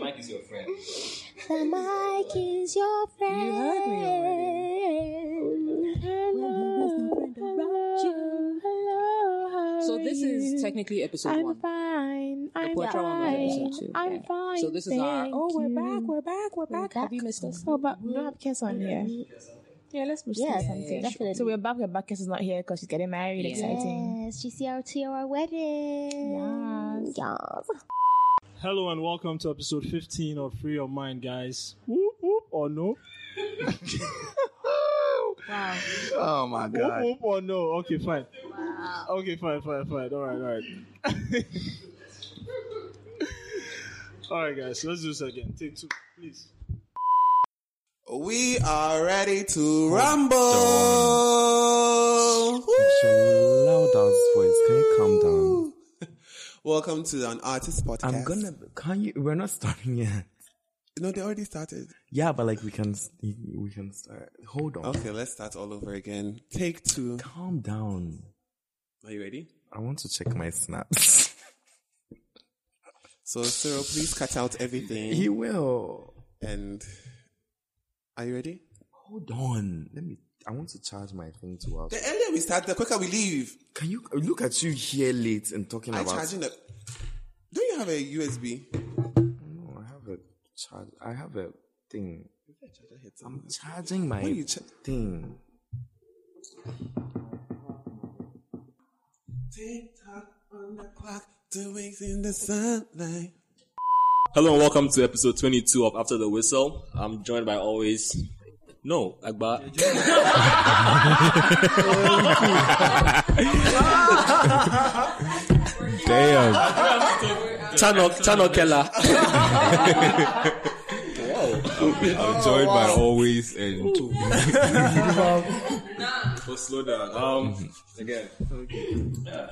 Speaker 3: mic is your friend.
Speaker 5: The mic is your friend. You heard me already.
Speaker 11: So this is technically episode
Speaker 7: I'm
Speaker 11: one.
Speaker 7: fine. I'm
Speaker 11: portrait one was
Speaker 7: fine.
Speaker 11: episode two.
Speaker 7: I'm
Speaker 11: Yeah.
Speaker 7: fine.
Speaker 11: So this is our-
Speaker 7: thank
Speaker 11: oh, we're
Speaker 7: you.
Speaker 11: back, we're back, we're back. Have you missed us? Mm-hmm.
Speaker 7: Oh, but we don't have Kes on here. Yeah, let's move
Speaker 5: Yeah,
Speaker 7: to something.
Speaker 5: definitely.
Speaker 7: So we're back. We're back. Kes is not here because she's getting married. Exciting.
Speaker 5: Yes, she's here to our wedding. Yes.
Speaker 4: Hello and welcome to episode 15 of Free Your Mind, guys. Whoop, whoop, or no? wow.
Speaker 17: Oh my God.
Speaker 5: Mm-hmm.
Speaker 4: Whoop, whoop, or no? Okay, fine. Okay, fine, fine, fine. All right, all right. all right, guys. Let's do this again. Take two, please.
Speaker 10: We are ready to rumble. Loud dance voice. Can you calm down? Welcome to an artist podcast.
Speaker 9: I'm gonna. Can you? We're not starting yet.
Speaker 10: No, they already started.
Speaker 9: Yeah, but like we can. s- We can start. Hold on.
Speaker 10: Okay, let's start all over again. Um, Take two.
Speaker 9: Calm down.
Speaker 10: Are you ready?
Speaker 9: I want to check my snaps.
Speaker 10: So, Cyril, please cut out everything.
Speaker 9: He will.
Speaker 10: And are you ready?
Speaker 9: Hold on. Let me. I want to charge my thing to us.
Speaker 10: the earlier we start, the quicker we leave.
Speaker 9: Can you look at you here late and talking
Speaker 10: I
Speaker 9: about?
Speaker 10: charging the. Don't you have a USB?
Speaker 9: No, I have a charge. I have a thing.
Speaker 10: I'm
Speaker 9: charging my
Speaker 10: What are you cha-
Speaker 9: thing.
Speaker 10: Tick tock on the clock, doing in the sunlight.
Speaker 3: Hello and welcome to episode 22 of After the Whistle. I'm joined by always. No, Agba.
Speaker 18: Damn.
Speaker 3: Chanok, Chanok Keller.
Speaker 19: I'm joined by always and
Speaker 3: oh, slow down. Um, again. Yeah.